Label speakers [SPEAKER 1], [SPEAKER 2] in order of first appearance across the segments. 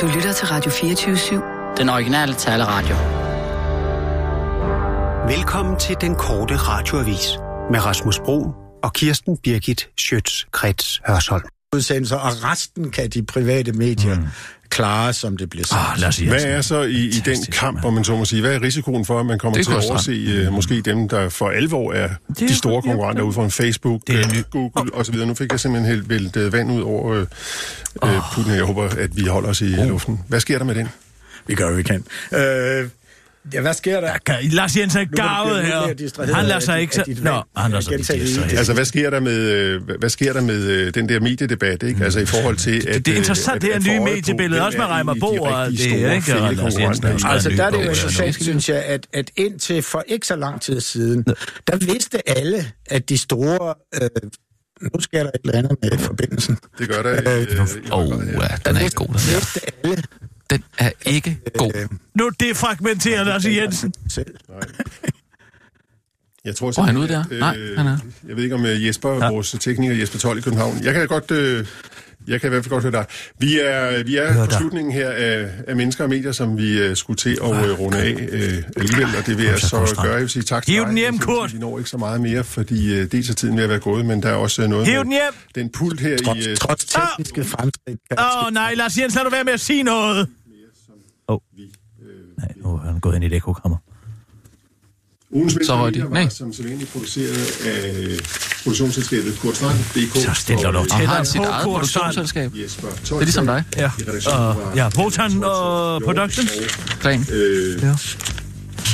[SPEAKER 1] Du lytter til Radio 24-7.
[SPEAKER 2] Den originale taleradio.
[SPEAKER 3] Velkommen til den korte radioavis med Rasmus Bro og Kirsten Birgit Schøtz-Krets Hørsholm.
[SPEAKER 4] Udsendelser, og resten kan de private medier mm. klare, som det bliver sagt.
[SPEAKER 5] Ah, lad os sige,
[SPEAKER 6] Hvad er så i, i den
[SPEAKER 5] Fantastisk,
[SPEAKER 6] kamp,
[SPEAKER 5] mand.
[SPEAKER 6] om man så må sige, hvad er risikoen for, at man kommer
[SPEAKER 5] Det
[SPEAKER 6] til at
[SPEAKER 5] koster.
[SPEAKER 6] overse uh, måske dem, der for alvor er
[SPEAKER 5] Mm. er
[SPEAKER 6] de store
[SPEAKER 5] jo-
[SPEAKER 6] konkurrenter ude for en Facebook,
[SPEAKER 5] Det er
[SPEAKER 6] øh,
[SPEAKER 5] ny-
[SPEAKER 6] Google osv. Nu fik jeg simpelthen helt vældt øh, vand ud over øh, øh, Putin, og jeg håber, at vi holder os
[SPEAKER 5] Oh.
[SPEAKER 6] i øh, luften. Hvad sker der med den?
[SPEAKER 4] Vi gør, hvad vi kan. Øh, ja, hvad sker der?
[SPEAKER 5] Kan- Lars Jensen er
[SPEAKER 4] Nu kan du blive
[SPEAKER 5] gavet
[SPEAKER 4] lidt mere
[SPEAKER 5] her.
[SPEAKER 4] distraheret
[SPEAKER 5] Han lader
[SPEAKER 4] af
[SPEAKER 5] sig
[SPEAKER 4] dit-
[SPEAKER 5] ikke...
[SPEAKER 4] af
[SPEAKER 5] så-
[SPEAKER 4] dit
[SPEAKER 5] Nå,
[SPEAKER 4] valg.
[SPEAKER 5] han lader sig
[SPEAKER 4] Jeg
[SPEAKER 5] ikke
[SPEAKER 4] gentager det
[SPEAKER 5] distraheret.
[SPEAKER 4] lige.
[SPEAKER 6] Altså, hvad sker der med, øh, hvad- hvad sker der med øh, den der mediedebat, ikke? Altså i forhold til, at...
[SPEAKER 5] Mm. det er interessant, det her nye mediebillede, også med Reimer Bo og det, ikke? Og Anders Jensen er jo
[SPEAKER 4] Altså,
[SPEAKER 5] en ny
[SPEAKER 4] der er det
[SPEAKER 5] bog,
[SPEAKER 4] jo
[SPEAKER 5] ja,
[SPEAKER 4] interessant, synes jeg, at, at indtil for ikke så lang tid siden, der vidste alle, at de store... Øh, nu sker der et eller andet med forbindelsen.
[SPEAKER 6] Det gør der. øh, i høj
[SPEAKER 2] Åh, oh,
[SPEAKER 6] grad, ja.
[SPEAKER 2] ja, den er ikke god, den der.
[SPEAKER 4] Vidste alle
[SPEAKER 2] Den er ikke god.
[SPEAKER 5] Nu defragmenterer Lars Jensen.
[SPEAKER 4] selv.
[SPEAKER 6] Jeg tror
[SPEAKER 2] Hvor er han ude
[SPEAKER 6] simpelthen,
[SPEAKER 2] der?
[SPEAKER 6] at,
[SPEAKER 2] Nej,
[SPEAKER 6] øh,
[SPEAKER 2] han er.
[SPEAKER 6] Jeg ved ikke om øh, Jesper, ja. vores tekniker Jesper Told i København. Jeg kan godt... Øh, jeg kan i hvert fald godt høre dig. Vi er, vi er på
[SPEAKER 5] dig.
[SPEAKER 6] slutningen her af, af mennesker og medier, som vi øh, skulle til at øh, runde af øh, alligevel, og det vil jeg
[SPEAKER 5] så
[SPEAKER 6] så
[SPEAKER 5] konstant.
[SPEAKER 6] gøre. Jeg vil sige tak
[SPEAKER 5] Hiv
[SPEAKER 6] dig.
[SPEAKER 5] den hjem,
[SPEAKER 6] Jeg synes,
[SPEAKER 5] Kurt.
[SPEAKER 6] Vi når ikke så meget mere, fordi øh, dels er tiden ved at være gået, men der er også øh, noget
[SPEAKER 5] Hiv
[SPEAKER 6] med
[SPEAKER 5] den hjem.
[SPEAKER 6] den pult her i... Øh,
[SPEAKER 4] Trods, trods tekniske fremskridt. kan der
[SPEAKER 5] Åh, oh, nej, Lars Jensen, lad du være med at sige noget. Åh. Oh. Nej, nu er han gået ind i et ekokammer.
[SPEAKER 6] ugens
[SPEAKER 2] Så røg de.
[SPEAKER 6] Mennesker og Medier
[SPEAKER 2] Nej.
[SPEAKER 6] var som sædvanligt produceret af øh, produktionsselskabet Kurt Strand.dk.
[SPEAKER 5] Så stiller du
[SPEAKER 6] og, øh,
[SPEAKER 2] Og
[SPEAKER 5] Tættere
[SPEAKER 2] har han sit
[SPEAKER 5] på,
[SPEAKER 2] eget
[SPEAKER 5] Kurt Strand.
[SPEAKER 2] produktionsselskab.
[SPEAKER 6] Jesper
[SPEAKER 2] Det er ligesom dig.
[SPEAKER 5] Ja, og, ja, Botan og Productions.
[SPEAKER 2] Plan.
[SPEAKER 6] Øh,
[SPEAKER 5] Ja.
[SPEAKER 6] ja.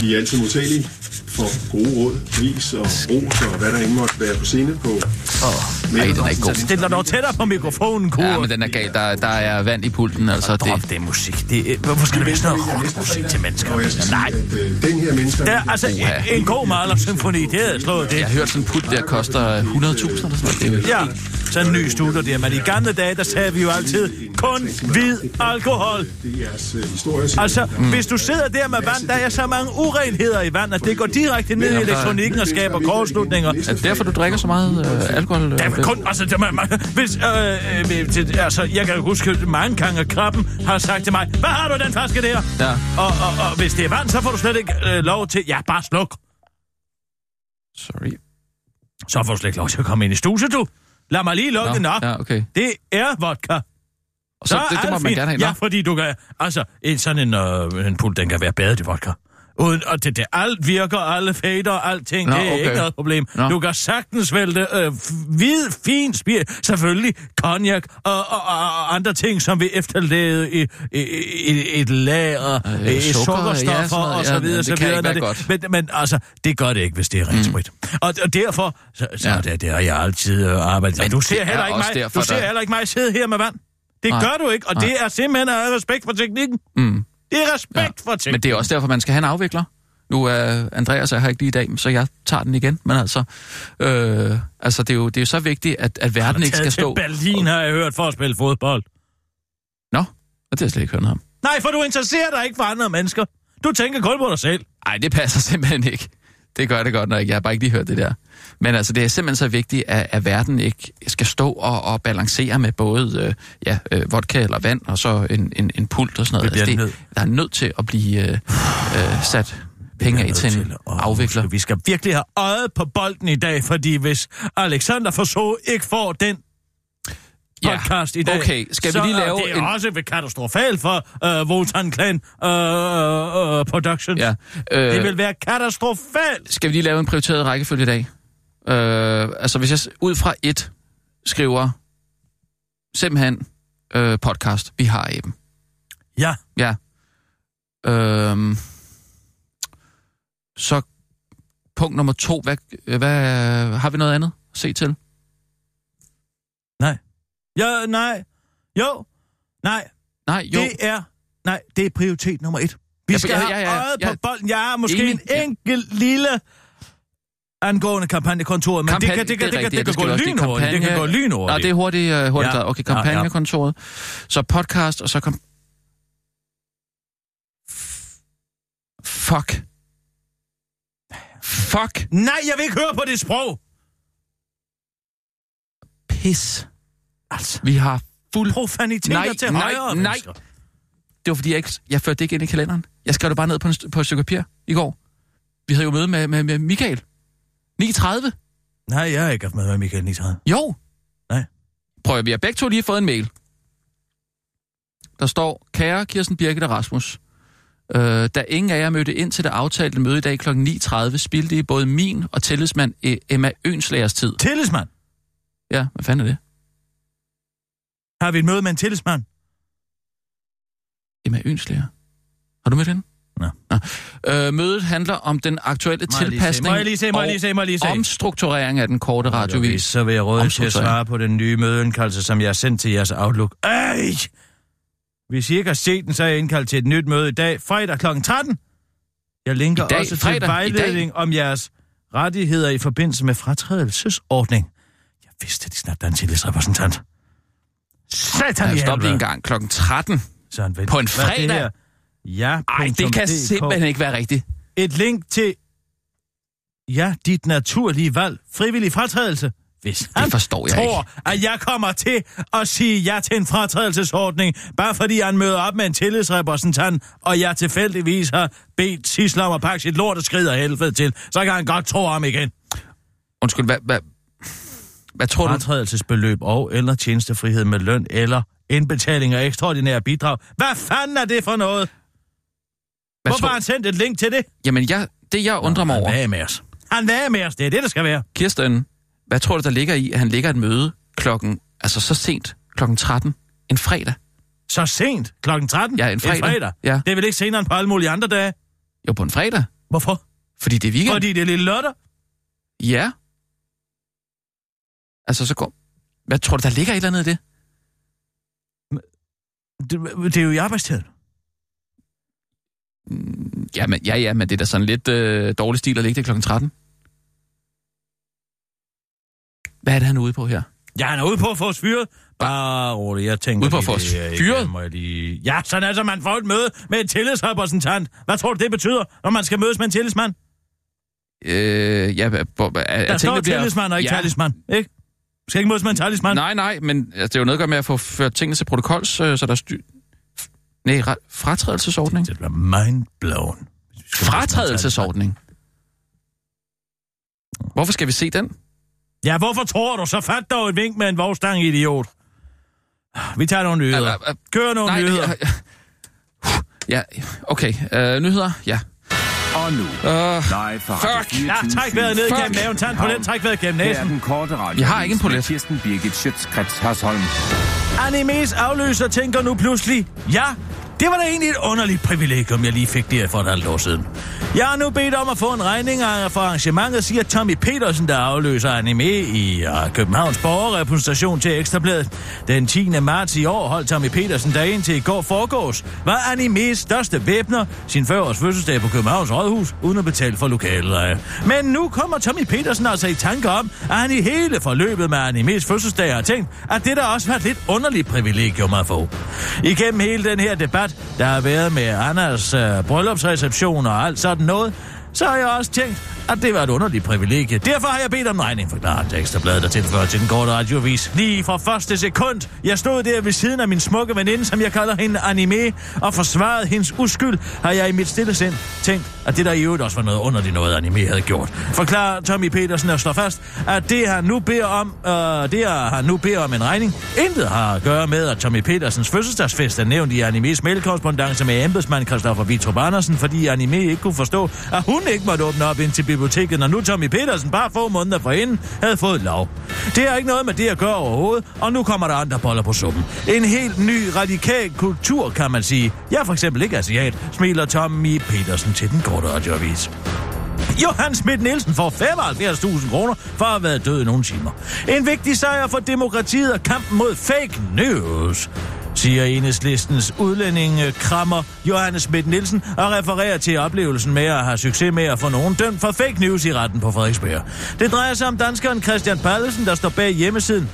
[SPEAKER 6] Vi er altid modtagelige for gode råd, vis og ros og hvad der end måtte være på scene på.
[SPEAKER 2] Åh, nej, den er ikke god.
[SPEAKER 5] Stiller dig tættere på mikrofonen, Kurt.
[SPEAKER 2] Ja, men den er gal. Der, der er vand i pulten, altså. Det,
[SPEAKER 5] Drop det musik. Det, er- hvorfor skal der være sådan noget rock musik til mennesker?
[SPEAKER 6] Og jeg skal
[SPEAKER 5] Nej.
[SPEAKER 6] sige, at øh, den her mennesker...
[SPEAKER 5] Ja, altså,
[SPEAKER 2] Uha.
[SPEAKER 5] en god maler-symfoni, det havde slået det.
[SPEAKER 2] jeg har hørt, sådan en pult der koster 100.000 eller sådan noget. Det er jo-
[SPEAKER 5] Ja, sådan en ny studie der. Men i gamle dage, der sagde vi jo altid, kun hvid alkohol.
[SPEAKER 6] Det er jeres øh, historie.
[SPEAKER 5] Altså, mm. hvis du sidder der med vand, der er så mange urenheder i vand, at det går direkte ned i
[SPEAKER 2] Jamen, der-
[SPEAKER 5] elektronikken og skaber kortslutninger.
[SPEAKER 2] Er det derfor, du drikker så meget øh, alkohol? Øh,
[SPEAKER 5] Der er kun, altså, der, man, man, hvis, øh, øh, ved- til- altså, jeg kan huske, at mange gange krabben har sagt til mig, hvad har du i den flaske der?
[SPEAKER 2] Ja.
[SPEAKER 5] Og, og, og hvis det er vand, så får du slet ikke øh, lov til, ja, bare sluk.
[SPEAKER 2] Sorry.
[SPEAKER 5] Så får du slet ikke lov til at komme ind i studiet, du. Lad mig lige lukke
[SPEAKER 2] Nå,
[SPEAKER 5] den op.
[SPEAKER 2] ja, okay.
[SPEAKER 5] Det er vodka.
[SPEAKER 2] Og så, det, det må
[SPEAKER 5] alt
[SPEAKER 2] man
[SPEAKER 5] fint.
[SPEAKER 2] gerne have.
[SPEAKER 5] Ja,
[SPEAKER 2] Nå.
[SPEAKER 5] fordi du kan... Altså, en, sådan en, øh, en pult, den kan være badet i vodka. Uden, og det, det, alt virker, alle fader, alting,
[SPEAKER 2] Nå,
[SPEAKER 5] Nå, det er okay. ikke
[SPEAKER 2] okay.
[SPEAKER 5] noget problem.
[SPEAKER 2] Nå.
[SPEAKER 5] Nå. Du kan sagtens vælte øh, f- hvid, fin spir, selvfølgelig cognac og, og, og, og andre ting, som vi efterlade i, i, i et lager, øh, i
[SPEAKER 2] sukker, ja,
[SPEAKER 5] sukkerstoffer
[SPEAKER 2] sådan noget.
[SPEAKER 5] og
[SPEAKER 2] Ja,
[SPEAKER 5] så videre.
[SPEAKER 2] det
[SPEAKER 5] så
[SPEAKER 2] kan
[SPEAKER 5] videre,
[SPEAKER 2] ikke være
[SPEAKER 5] når
[SPEAKER 2] godt.
[SPEAKER 5] Men, men altså, det gør det ikke, hvis det er rent mm. sprit. Og, og derfor, så, så
[SPEAKER 2] Ja.
[SPEAKER 5] ja. det, det har jeg altid øh, arbejdet.
[SPEAKER 2] Men
[SPEAKER 5] Men du
[SPEAKER 2] det
[SPEAKER 5] ser
[SPEAKER 2] er
[SPEAKER 5] heller ikke
[SPEAKER 2] også
[SPEAKER 5] mig,
[SPEAKER 2] derfor,
[SPEAKER 5] du ser
[SPEAKER 2] der-
[SPEAKER 5] heller ikke mig sidde her med vand. Det
[SPEAKER 2] Nej.
[SPEAKER 5] gør du ikke, og
[SPEAKER 2] Nej.
[SPEAKER 5] det er simpelthen af respekt for teknikken.
[SPEAKER 2] Mm.
[SPEAKER 5] Det er respekt ja. for
[SPEAKER 2] Men
[SPEAKER 5] teknikken.
[SPEAKER 2] det er også derfor, man skal have en afvikler. Nu er Andreas er her ikke lige i dag, så jeg tager den igen. Men altså, øh, altså det, er jo, det er jo så vigtigt, at, at verden ikke skal stå...
[SPEAKER 5] Berlin har jeg hørt for at spille fodbold.
[SPEAKER 2] Nå, og det har jeg slet ikke hørt noget om.
[SPEAKER 5] Nej, for du interesserer dig ikke for andre mennesker. Du tænker kun på dig selv.
[SPEAKER 2] Nej, det passer simpelthen ikke. Det gør det godt nok. Jeg har bare ikke lige hørt det der. Men altså, det er simpelthen så vigtigt, at, at verden ikke skal stå og, og balancere med både øh, ja, øh, vodka eller vand, og så en, en, en pult og sådan noget. Altså,
[SPEAKER 5] Det bliver
[SPEAKER 2] det, der er nødt til at blive øh, øh, sat penge af til en afvikler.
[SPEAKER 5] Vi skal virkelig have øjet på bolden i dag, fordi hvis Alexander Forså ikke får den podcast i dag,
[SPEAKER 2] okay. Skal vi
[SPEAKER 5] så
[SPEAKER 2] lige lave
[SPEAKER 5] er det
[SPEAKER 2] en-
[SPEAKER 5] også ved katastrofalt for uh, Wotan Clan uh, uh, Productions.
[SPEAKER 2] Ja, øh,
[SPEAKER 5] Det vil være katastrofalt.
[SPEAKER 2] skal vi lige lave en prioriteret rækkefølge i dag? Øh, altså, hvis jeg s- ud fra et skriver simpelthen øh, podcast, vi har Eben.
[SPEAKER 5] Ja.
[SPEAKER 2] Ja. Øh, så punkt nummer to, hvad, øh, hvad, har vi noget andet at se til?
[SPEAKER 5] Ja, nej. Jo. Nej,
[SPEAKER 2] Nej, jo.
[SPEAKER 5] jo. det er... Nej, det er prioritet nummer et. Vi
[SPEAKER 2] Ja,
[SPEAKER 5] skal
[SPEAKER 2] ja,
[SPEAKER 5] have
[SPEAKER 2] ja, ja,
[SPEAKER 5] øjet
[SPEAKER 2] ja.
[SPEAKER 5] på bolden. Jeg er måske
[SPEAKER 2] Enig,
[SPEAKER 5] en
[SPEAKER 2] ja.
[SPEAKER 5] enkelt lille angående kampagnekontoret, men
[SPEAKER 2] Kampagne-
[SPEAKER 5] det kan, det kan,
[SPEAKER 2] er
[SPEAKER 5] det kan,
[SPEAKER 2] rigtigt,
[SPEAKER 5] det
[SPEAKER 2] ja,
[SPEAKER 5] kan gå
[SPEAKER 2] skal vi også. er
[SPEAKER 5] lynhurtigt. Det kan gå
[SPEAKER 2] kampagne-
[SPEAKER 5] lynhurtigt.
[SPEAKER 2] Nej, det er hurtigt, øh, hurtigt
[SPEAKER 5] Ja.
[SPEAKER 2] ja. Okay,
[SPEAKER 5] Ja, ja.
[SPEAKER 2] kampagnekontoret. Så podcast, og så kom... Fuck. Fuck.
[SPEAKER 5] Nej, jeg vil ikke høre på det sprog.
[SPEAKER 2] Pis.
[SPEAKER 5] Altså,
[SPEAKER 2] Vi har fuld...
[SPEAKER 5] profaniteter
[SPEAKER 2] Nej,
[SPEAKER 5] til
[SPEAKER 2] Altså. nej,
[SPEAKER 5] højre og
[SPEAKER 2] nej.
[SPEAKER 5] venstre.
[SPEAKER 2] Det var fordi, jeg, ikke, jeg førte det ikke ind i kalenderen. Jeg skrev det bare ned på, en, st- på et stykke papir i går. Vi havde jo møde med, med, med Michael. 9.30.
[SPEAKER 5] Nej, jeg har ikke haft med med Michael Nitran.
[SPEAKER 2] Jo.
[SPEAKER 5] Nej.
[SPEAKER 2] Prøv at vi har begge to lige fået en mail. Der står, kære Kirsten Birgit og Rasmus, øh, da ingen af jer mødte ind til det aftalte møde i dag kl. 9.30, spildte I både min og tillidsmand E- Emma Ønslagers tid.
[SPEAKER 5] Tillidsmand.
[SPEAKER 2] Ja, hvad fanden er det?
[SPEAKER 5] Har vi et møde med en tillidsmand?
[SPEAKER 2] Emma Ønslager. Har du mødt hende?
[SPEAKER 5] Nej.
[SPEAKER 2] Nå. Øh, mødet handler om den aktuelle
[SPEAKER 5] jeg lige se?
[SPEAKER 2] tilpasning
[SPEAKER 5] Må jeg lige se? Må jeg lige se? Må jeg lige se?
[SPEAKER 2] og omstrukturering af den korte
[SPEAKER 5] Okay,
[SPEAKER 2] radiovis.
[SPEAKER 5] så vil jeg råde til at
[SPEAKER 2] Omstrukturering.
[SPEAKER 5] svare på den nye mødeindkaldelse, som jeg har sendt til jeres Outlook. Ej! Hvis I ikke har set den, så er jeg indkaldt til et nyt møde i dag, fredag kl. 13. Jeg linker
[SPEAKER 2] I dag?
[SPEAKER 5] også
[SPEAKER 2] Fredag?
[SPEAKER 5] til
[SPEAKER 2] I dag?
[SPEAKER 5] vejledning om jeres rettigheder i forbindelse med fratrædelsesordning. Jeg vidste, at de snart er en tillidsrepræsentant. Satan i
[SPEAKER 2] Ja, stop lige en
[SPEAKER 5] helvede.
[SPEAKER 2] gang. Klokken 13.
[SPEAKER 5] Søren Vind.
[SPEAKER 2] På en
[SPEAKER 5] Hvad er det
[SPEAKER 2] fredag?
[SPEAKER 5] her? Ja,
[SPEAKER 2] Ej, det kan
[SPEAKER 5] punktum DK.
[SPEAKER 2] simpelthen ikke være rigtigt.
[SPEAKER 5] Et link til... Ja, dit naturlige valg. Frivillig fratrædelse. Hvis han
[SPEAKER 2] forstår jeg
[SPEAKER 5] tror, at jeg kommer til at sige ja til en fratrædelsesordning, bare fordi han møder op med en tillidsrepræsentant, og jeg tilfældigvis har bedt Sisler om at pakke sit lort og skrider helvede til, så kan han godt tro om igen.
[SPEAKER 2] Undskyld, hvad, hvad, hvad tror du?
[SPEAKER 5] Fratrædelsesbeløb og eller tjenestefrihed med løn eller indbetaling af ekstraordinære bidrag. Hvad fanden er det for noget?
[SPEAKER 2] Hvad
[SPEAKER 5] Hvorfor har
[SPEAKER 2] tror,
[SPEAKER 5] han sendt et link til det?
[SPEAKER 2] jamen, jeg, det jeg undrer mig
[SPEAKER 5] Han
[SPEAKER 2] over,
[SPEAKER 5] er med os. Han er med os. Det er det, der skal være.
[SPEAKER 2] Kirsten, hvad tror du, der ligger i, at han ligger et møde klokken, altså så sent, klokken 13, en fredag?
[SPEAKER 5] Så sent? Klokken 13?
[SPEAKER 2] Ja, en fredag.
[SPEAKER 5] En fredag.
[SPEAKER 2] Ja.
[SPEAKER 5] Det er vel ikke senere end på alle mulige andre dage?
[SPEAKER 2] Jo, på en fredag,
[SPEAKER 5] Hvorfor?
[SPEAKER 2] fordi det er weekend.
[SPEAKER 5] Fordi det er lille lørdag.
[SPEAKER 2] Ja. Altså, så går... Hvad tror du, der ligger et eller andet i det?
[SPEAKER 5] Det, det er jo i arbejdstiden.
[SPEAKER 2] Jamen, ja, ja, men det er da sådan lidt øh, dårlig stil at ligge det klokken 13. Hvad er det, han er ude på her?
[SPEAKER 5] Ja, han er ude på at få os fyret. Bare roligt, jeg tænker...
[SPEAKER 2] Ude på at
[SPEAKER 5] lige,
[SPEAKER 2] få os
[SPEAKER 5] det er ikke-
[SPEAKER 2] fyret?
[SPEAKER 5] Må jeg lige... Ja, sådan altså, man får et møde med en tillidsrepræsentant. Hvad tror du, det betyder, når man skal mødes med en tillidsmand?
[SPEAKER 2] Øh, ja, hvor- hvor- jeg,
[SPEAKER 5] Der
[SPEAKER 2] tænker,
[SPEAKER 5] står
[SPEAKER 2] det bliver-
[SPEAKER 5] tillidsmand og ikke
[SPEAKER 2] ja.
[SPEAKER 5] talisman, ikke? Du skal ikke mødes med en talisman.
[SPEAKER 2] Nej, nej, men altså, det er jo noget at gøre med at få ført tingene til protokols, øh, så der er styr... F- Nej, re- fratrædelsesordning.
[SPEAKER 5] Det bliver mindblown.
[SPEAKER 2] Fratrædelsesordning. Hvorfor skal vi se den?
[SPEAKER 5] Ja, hvorfor tror du? Så fat dog et vink med en vognstang, idiot. Vi tager nogle nyheder.
[SPEAKER 2] Altså, øh,
[SPEAKER 5] Kør nogle
[SPEAKER 2] Nej,
[SPEAKER 5] nyheder.
[SPEAKER 2] jeg, ja, okay. Øh, nyheder? Ja.
[SPEAKER 7] Og nu,
[SPEAKER 2] Øh,
[SPEAKER 7] live fra Radio
[SPEAKER 2] Fuck.
[SPEAKER 7] 24
[SPEAKER 5] Ja, træk vejret ned
[SPEAKER 2] Fuck.
[SPEAKER 5] gennem maven, tand på den, træk vejret gennem
[SPEAKER 7] Det er
[SPEAKER 5] næsen.
[SPEAKER 7] den korte radio.
[SPEAKER 2] Jeg har ikke en
[SPEAKER 7] med
[SPEAKER 2] polet.
[SPEAKER 7] Kirsten Birgit Schøtzgrads Hasholm.
[SPEAKER 5] Animes afløser tænker nu pludselig, ja, det var da egentlig et underligt privilegium, jeg lige fik der for et halvt år siden. Jeg har nu bedt om at få en regning af- for arrangementet, siger Tommy Petersen, der afløser anime i uh, Københavns borgerrepræsentation til Ekstrabladet. Den 10. marts i år holdt Tommy Petersen, der indtil i går foregås, var animes største væbner sin 40-års fødselsdag på Københavns Rådhus, uden at betale for lokaleleje. Men nu kommer Tommy Petersen altså i tanke om, at han i hele forløbet med animes fødselsdag har tænkt, at det der også var et lidt underligt privilegium at få. Igennem hele den her debat, der har været med Anders øh, bryllupsreception og alt sådan noget, så har jeg også tænkt, at det var et underligt privilegie. Derfor har jeg bedt om en regning, forklarer han til Ekstrabladet, der tilføjer til den korte radiovis. Lige fra første sekund, jeg stod der ved siden af min smukke veninde, som jeg kalder hende anime, og forsvarede hendes uskyld, har jeg i mit stille sind tænkt, at det der i øvrigt også var noget underligt noget, anime havde gjort. Forklarer Tommy Petersen og slår fast, at det han nu beder om, øh, det er, han nu beder om en regning, intet har at gøre med, at Tommy Petersens fødselsdagsfest er nævnt i animes mailkorrespondance med embedsmand Christoffer Vitrup Andersen, fordi anime ikke kunne forstå, at hun ikke måtte åbne op ind til biblioteket, når nu Tommy Petersen bare få måneder forinden havde fået lov. Det har ikke noget med det at gøre overhovedet, og nu kommer der andre boller på suppen. En helt ny radikal kultur, kan man sige. Jeg er for eksempel ikke asiat, smiler Tommy Petersen til den korte radioavis. Johan Schmidt Nielsen får 75.000 kroner for at have været død i nogle timer. En vigtig sejr for demokratiet og kampen mod fake news siger enhedslistens udlændinge krammer Johannes Schmidt Nielsen og refererer til oplevelsen med at have succes med at få nogen dømt for fake news i retten på Frederiksberg. Det drejer sig om danskeren Christian Pallesen, der står bag hjemmesiden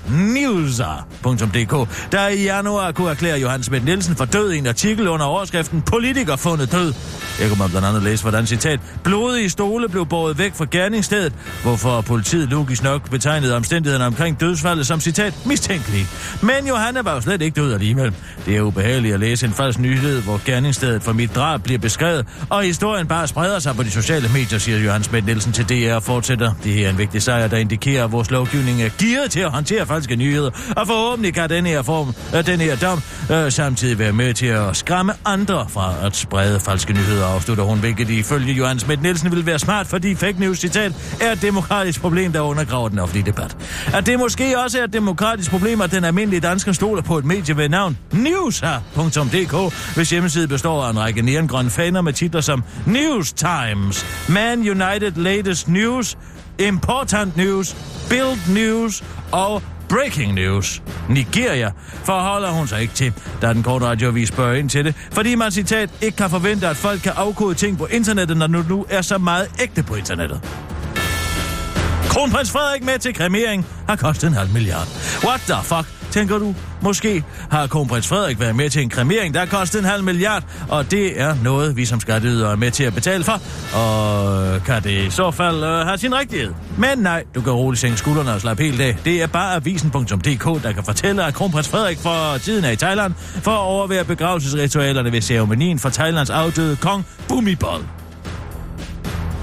[SPEAKER 5] newser.dk, der i januar kunne erklære Johannes Schmidt Nielsen for død i en artikel under overskriften Politiker fundet død. Jeg kunne man blandt andet læse, hvordan citat, blodige stole blev båret væk fra gerningsstedet, hvorfor politiet logisk nok betegnede omstændighederne omkring dødsfaldet som citat mistænkelige. Men Johanna var jo slet ikke død alligevel. Det er ubehageligt at læse en falsk nyhed, hvor gerningsstedet for mit drab bliver beskrevet, og historien bare spreder sig på de sociale medier, siger Johan Smidt Nielsen til DR og fortsætter. Det her er en vigtig sejr, der indikerer, at vores lovgivning er gearet til at håndtere falske nyheder, og forhåbentlig kan den her, form, øh, den her dom øh, samtidig være med til at skræmme andre fra at sprede falske nyheder, afslutter hun, hvilket ifølge Johan Smidt Nielsen vil være smart, fordi fake news, citat, er et demokratisk problem, der undergraver den offentlige debat. At det måske også er et demokratisk problem, at den almindelige dansker stoler på et medie ved navn newshar.dk, hvis hjemmeside består af en række neongrønne faner med titler som News Times, Man United Latest News, Important News, Build News og Breaking news. Nigeria forholder hun sig ikke til, da den korte radioavis spørger ind til det, fordi man citat ikke kan forvente, at folk kan afkode ting på internettet, når nu, nu er så meget ægte på internettet. Kronprins Frederik med til kremering har kostet en halv milliard. What the fuck, tænker du? Måske har kronprins Frederik været med til en kremering, der har kostet en halv milliard, og det er noget, vi som skatteydere er med til at betale for, og kan det i så fald øh, have sin rigtighed. Men nej, du kan roligt sænke skuldrene og slappe helt af. Det er bare avisen.dk, der kan fortælle, at kronprins Frederik for tiden er i Thailand for at overvære begravelsesritualerne ved ceremonien for Thailands afdøde kong Bumibol.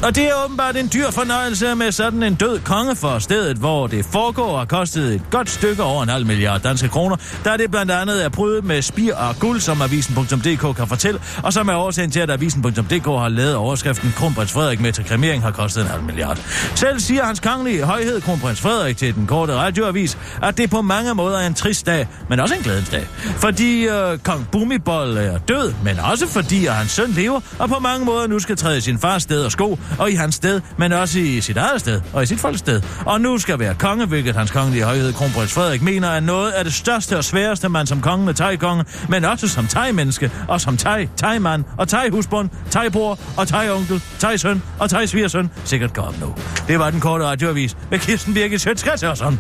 [SPEAKER 5] Og det er åbenbart en dyr fornøjelse med sådan en død konge for stedet, hvor det foregår og kostet et godt stykke over en halv milliard danske kroner, der det blandt andet er prydet med spir og guld, som avisen.dk kan fortælle, og som er årsagen til, at avisen.dk har lavet overskriften Kronprins Frederik med til kremering har kostet en halv milliard. Selv siger hans kongelige højhed Kronprins Frederik til den korte radioavis, at det på mange måder er en trist dag, men også en glædens dag. Fordi øh, kong Bumibol er øh, død, men også fordi at hans søn lever, og på mange måder nu skal træde i sin fars sted og sko, og i hans sted, men også i sit eget sted og i sit folks sted. Og nu skal være konge, hvilket hans kongelige højhed kronprins Frederik mener er noget af det største og sværeste, man som konge med thai-konge, men også som thai-menneske og som thai, thai-mand og thai-husbund, thai-bror og thai-onkel, thai-søn og thai-svigersøn sikkert kan opnå. Det var den korte radioavis med Kirsten Birgit Sjøtskrets og sådan.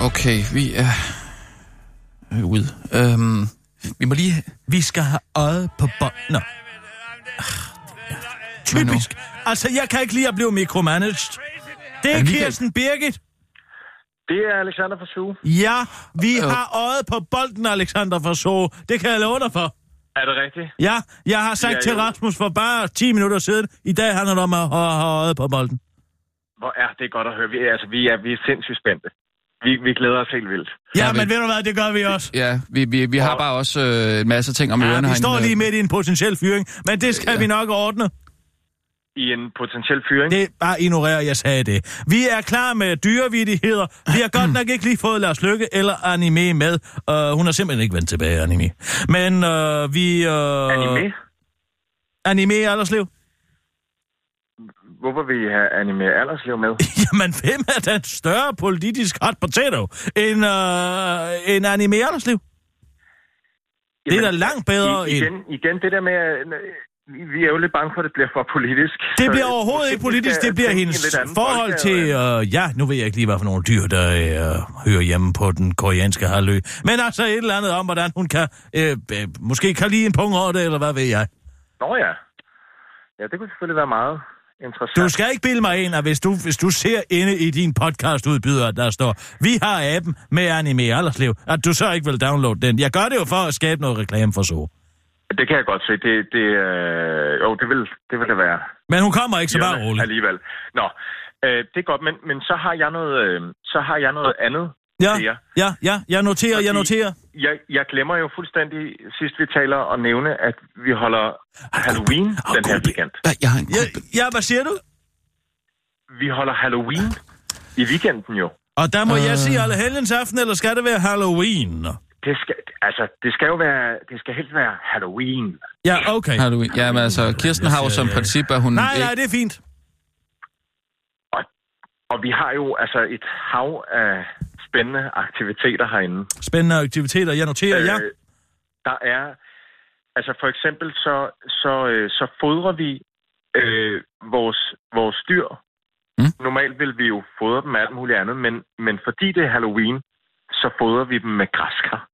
[SPEAKER 2] Okay, vi er øh, ude. Øhm, vi må lige...
[SPEAKER 5] Vi skal have øjet på bånd. Nå. Ah, ja. Typisk. Altså, jeg kan ikke lide at blive micromanaged. Det er
[SPEAKER 2] Men vi kan-
[SPEAKER 5] Kirsten Birgit.
[SPEAKER 8] Det er Alexander fra Sue.
[SPEAKER 5] Ja, vi
[SPEAKER 2] Øh.
[SPEAKER 5] har øjet på bolden, Alexander Fasso. Det kan jeg love dig for.
[SPEAKER 8] Er det rigtigt?
[SPEAKER 5] Ja, jeg har sagt
[SPEAKER 8] Ja,
[SPEAKER 5] til
[SPEAKER 8] jo.
[SPEAKER 5] Rasmus for bare 10 minutter siden, i dag handler det om at at have øjet på bolden.
[SPEAKER 8] Hvor er det godt at høre. Vi er, altså, vi er, vi er sindssygt spændte. Vi, vi glæder os helt vildt.
[SPEAKER 5] Ja,
[SPEAKER 2] Ja,
[SPEAKER 5] men
[SPEAKER 2] men-
[SPEAKER 5] ved du hvad, det gør vi også.
[SPEAKER 2] Ja, vi, vi, vi har bare også øh, en masse ting om
[SPEAKER 5] Ja,
[SPEAKER 2] ørerne
[SPEAKER 5] vi
[SPEAKER 2] herinde.
[SPEAKER 5] står lige midt i en potentiel fyring, men det skal vi nok ordne.
[SPEAKER 8] I en potentiel fyring. Det...
[SPEAKER 5] Det bare ignorerer, jeg sagde det. Vi er klar med dyrevidigheder. Vi har godt nok ikke lige fået Lars Lykke eller anime med. Uh, hun har simpelthen ikke vendt tilbage, anime. Men uh, vi... Uh,
[SPEAKER 8] Anime?
[SPEAKER 5] Anime Alderslev.
[SPEAKER 8] Hvorfor vil I have anime aldersliv med?
[SPEAKER 5] Jamen, hvem er den større politisk hot potato end, øh, end anime Alderslev? Det er da langt bedre
[SPEAKER 8] I, igen,
[SPEAKER 5] end...
[SPEAKER 8] igen, det der med... at, øh, vi- Vi er jo lidt bange for, at det bliver for politisk.
[SPEAKER 5] Det
[SPEAKER 8] Så,
[SPEAKER 5] bliver
[SPEAKER 8] øh,
[SPEAKER 5] overhovedet ikke
[SPEAKER 8] måske
[SPEAKER 5] politisk,
[SPEAKER 8] skal
[SPEAKER 5] det bliver
[SPEAKER 8] tænke i en
[SPEAKER 5] hendes
[SPEAKER 8] lidt anden
[SPEAKER 5] forhold til...
[SPEAKER 8] boldgade.
[SPEAKER 5] Øh, ja, nu ved jeg ikke lige, hvad for nogle dyr, der øh, hører hjemme på den koreanske halvø. Men altså et eller andet om, hvordan hun kan... Øh, øh, måske kan lide en pungrotte, eller hvad ved jeg.
[SPEAKER 8] Nå ja. Ja, det kunne selvfølgelig være meget interessant.
[SPEAKER 5] Du skal ikke bilde mig ind, at hvis du, hvis du ser inde i din podcastudbyder, der står, vi har appen med anime Alderslev, at du så ikke vil downloade den. Jeg gør det jo for at skabe noget reklame for så.
[SPEAKER 8] Det kan jeg godt se. Det, det, øh... Jo, det vil det, vil det være.
[SPEAKER 5] Men hun kommer ikke, så bare
[SPEAKER 8] Jørgen
[SPEAKER 5] rolig.
[SPEAKER 8] Alligevel. Nå, øh, det er godt, men, men så, har jeg noget, øh, så har jeg noget andet
[SPEAKER 5] Ja,
[SPEAKER 8] til jer.
[SPEAKER 5] ja, ja, jeg noterer, jeg
[SPEAKER 8] Fordi-
[SPEAKER 5] noterer.
[SPEAKER 8] Jeg, jeg glemmer jo fuldstændig, sidst vi taler, at nævne, at vi holder Halloween
[SPEAKER 2] Åh,
[SPEAKER 8] den her
[SPEAKER 2] Gud,
[SPEAKER 8] weekend.
[SPEAKER 2] Ja, jeg har en
[SPEAKER 5] Ja,
[SPEAKER 2] ja.
[SPEAKER 5] ja, hvad siger du?
[SPEAKER 8] Vi holder Halloween i weekenden jo.
[SPEAKER 5] Og der må
[SPEAKER 2] Øh.
[SPEAKER 5] jeg sige alle helgens aften, eller skal det være Halloween?
[SPEAKER 8] Det skal, altså, det skal jo være, det skal helst være Halloween.
[SPEAKER 5] Ja, okay.
[SPEAKER 2] Halloween. Jamen altså, Kirsten har jo som princip, at hun
[SPEAKER 5] Nej, nej,
[SPEAKER 2] ikke...
[SPEAKER 5] det er fint.
[SPEAKER 8] Og vi har jo altså et hav af spændende aktiviteter herinde.
[SPEAKER 5] Spændende aktiviteter, jeg noterer, ja.
[SPEAKER 8] Øh, Der er, altså for eksempel, så, så, øh, så fodrer vi øh, vores, vores dyr.
[SPEAKER 2] Mm.
[SPEAKER 8] Mm. Normalt vil vi jo fodre dem med alt muligt andet, men, men fordi det er Halloween, så fodrer vi dem med græskar.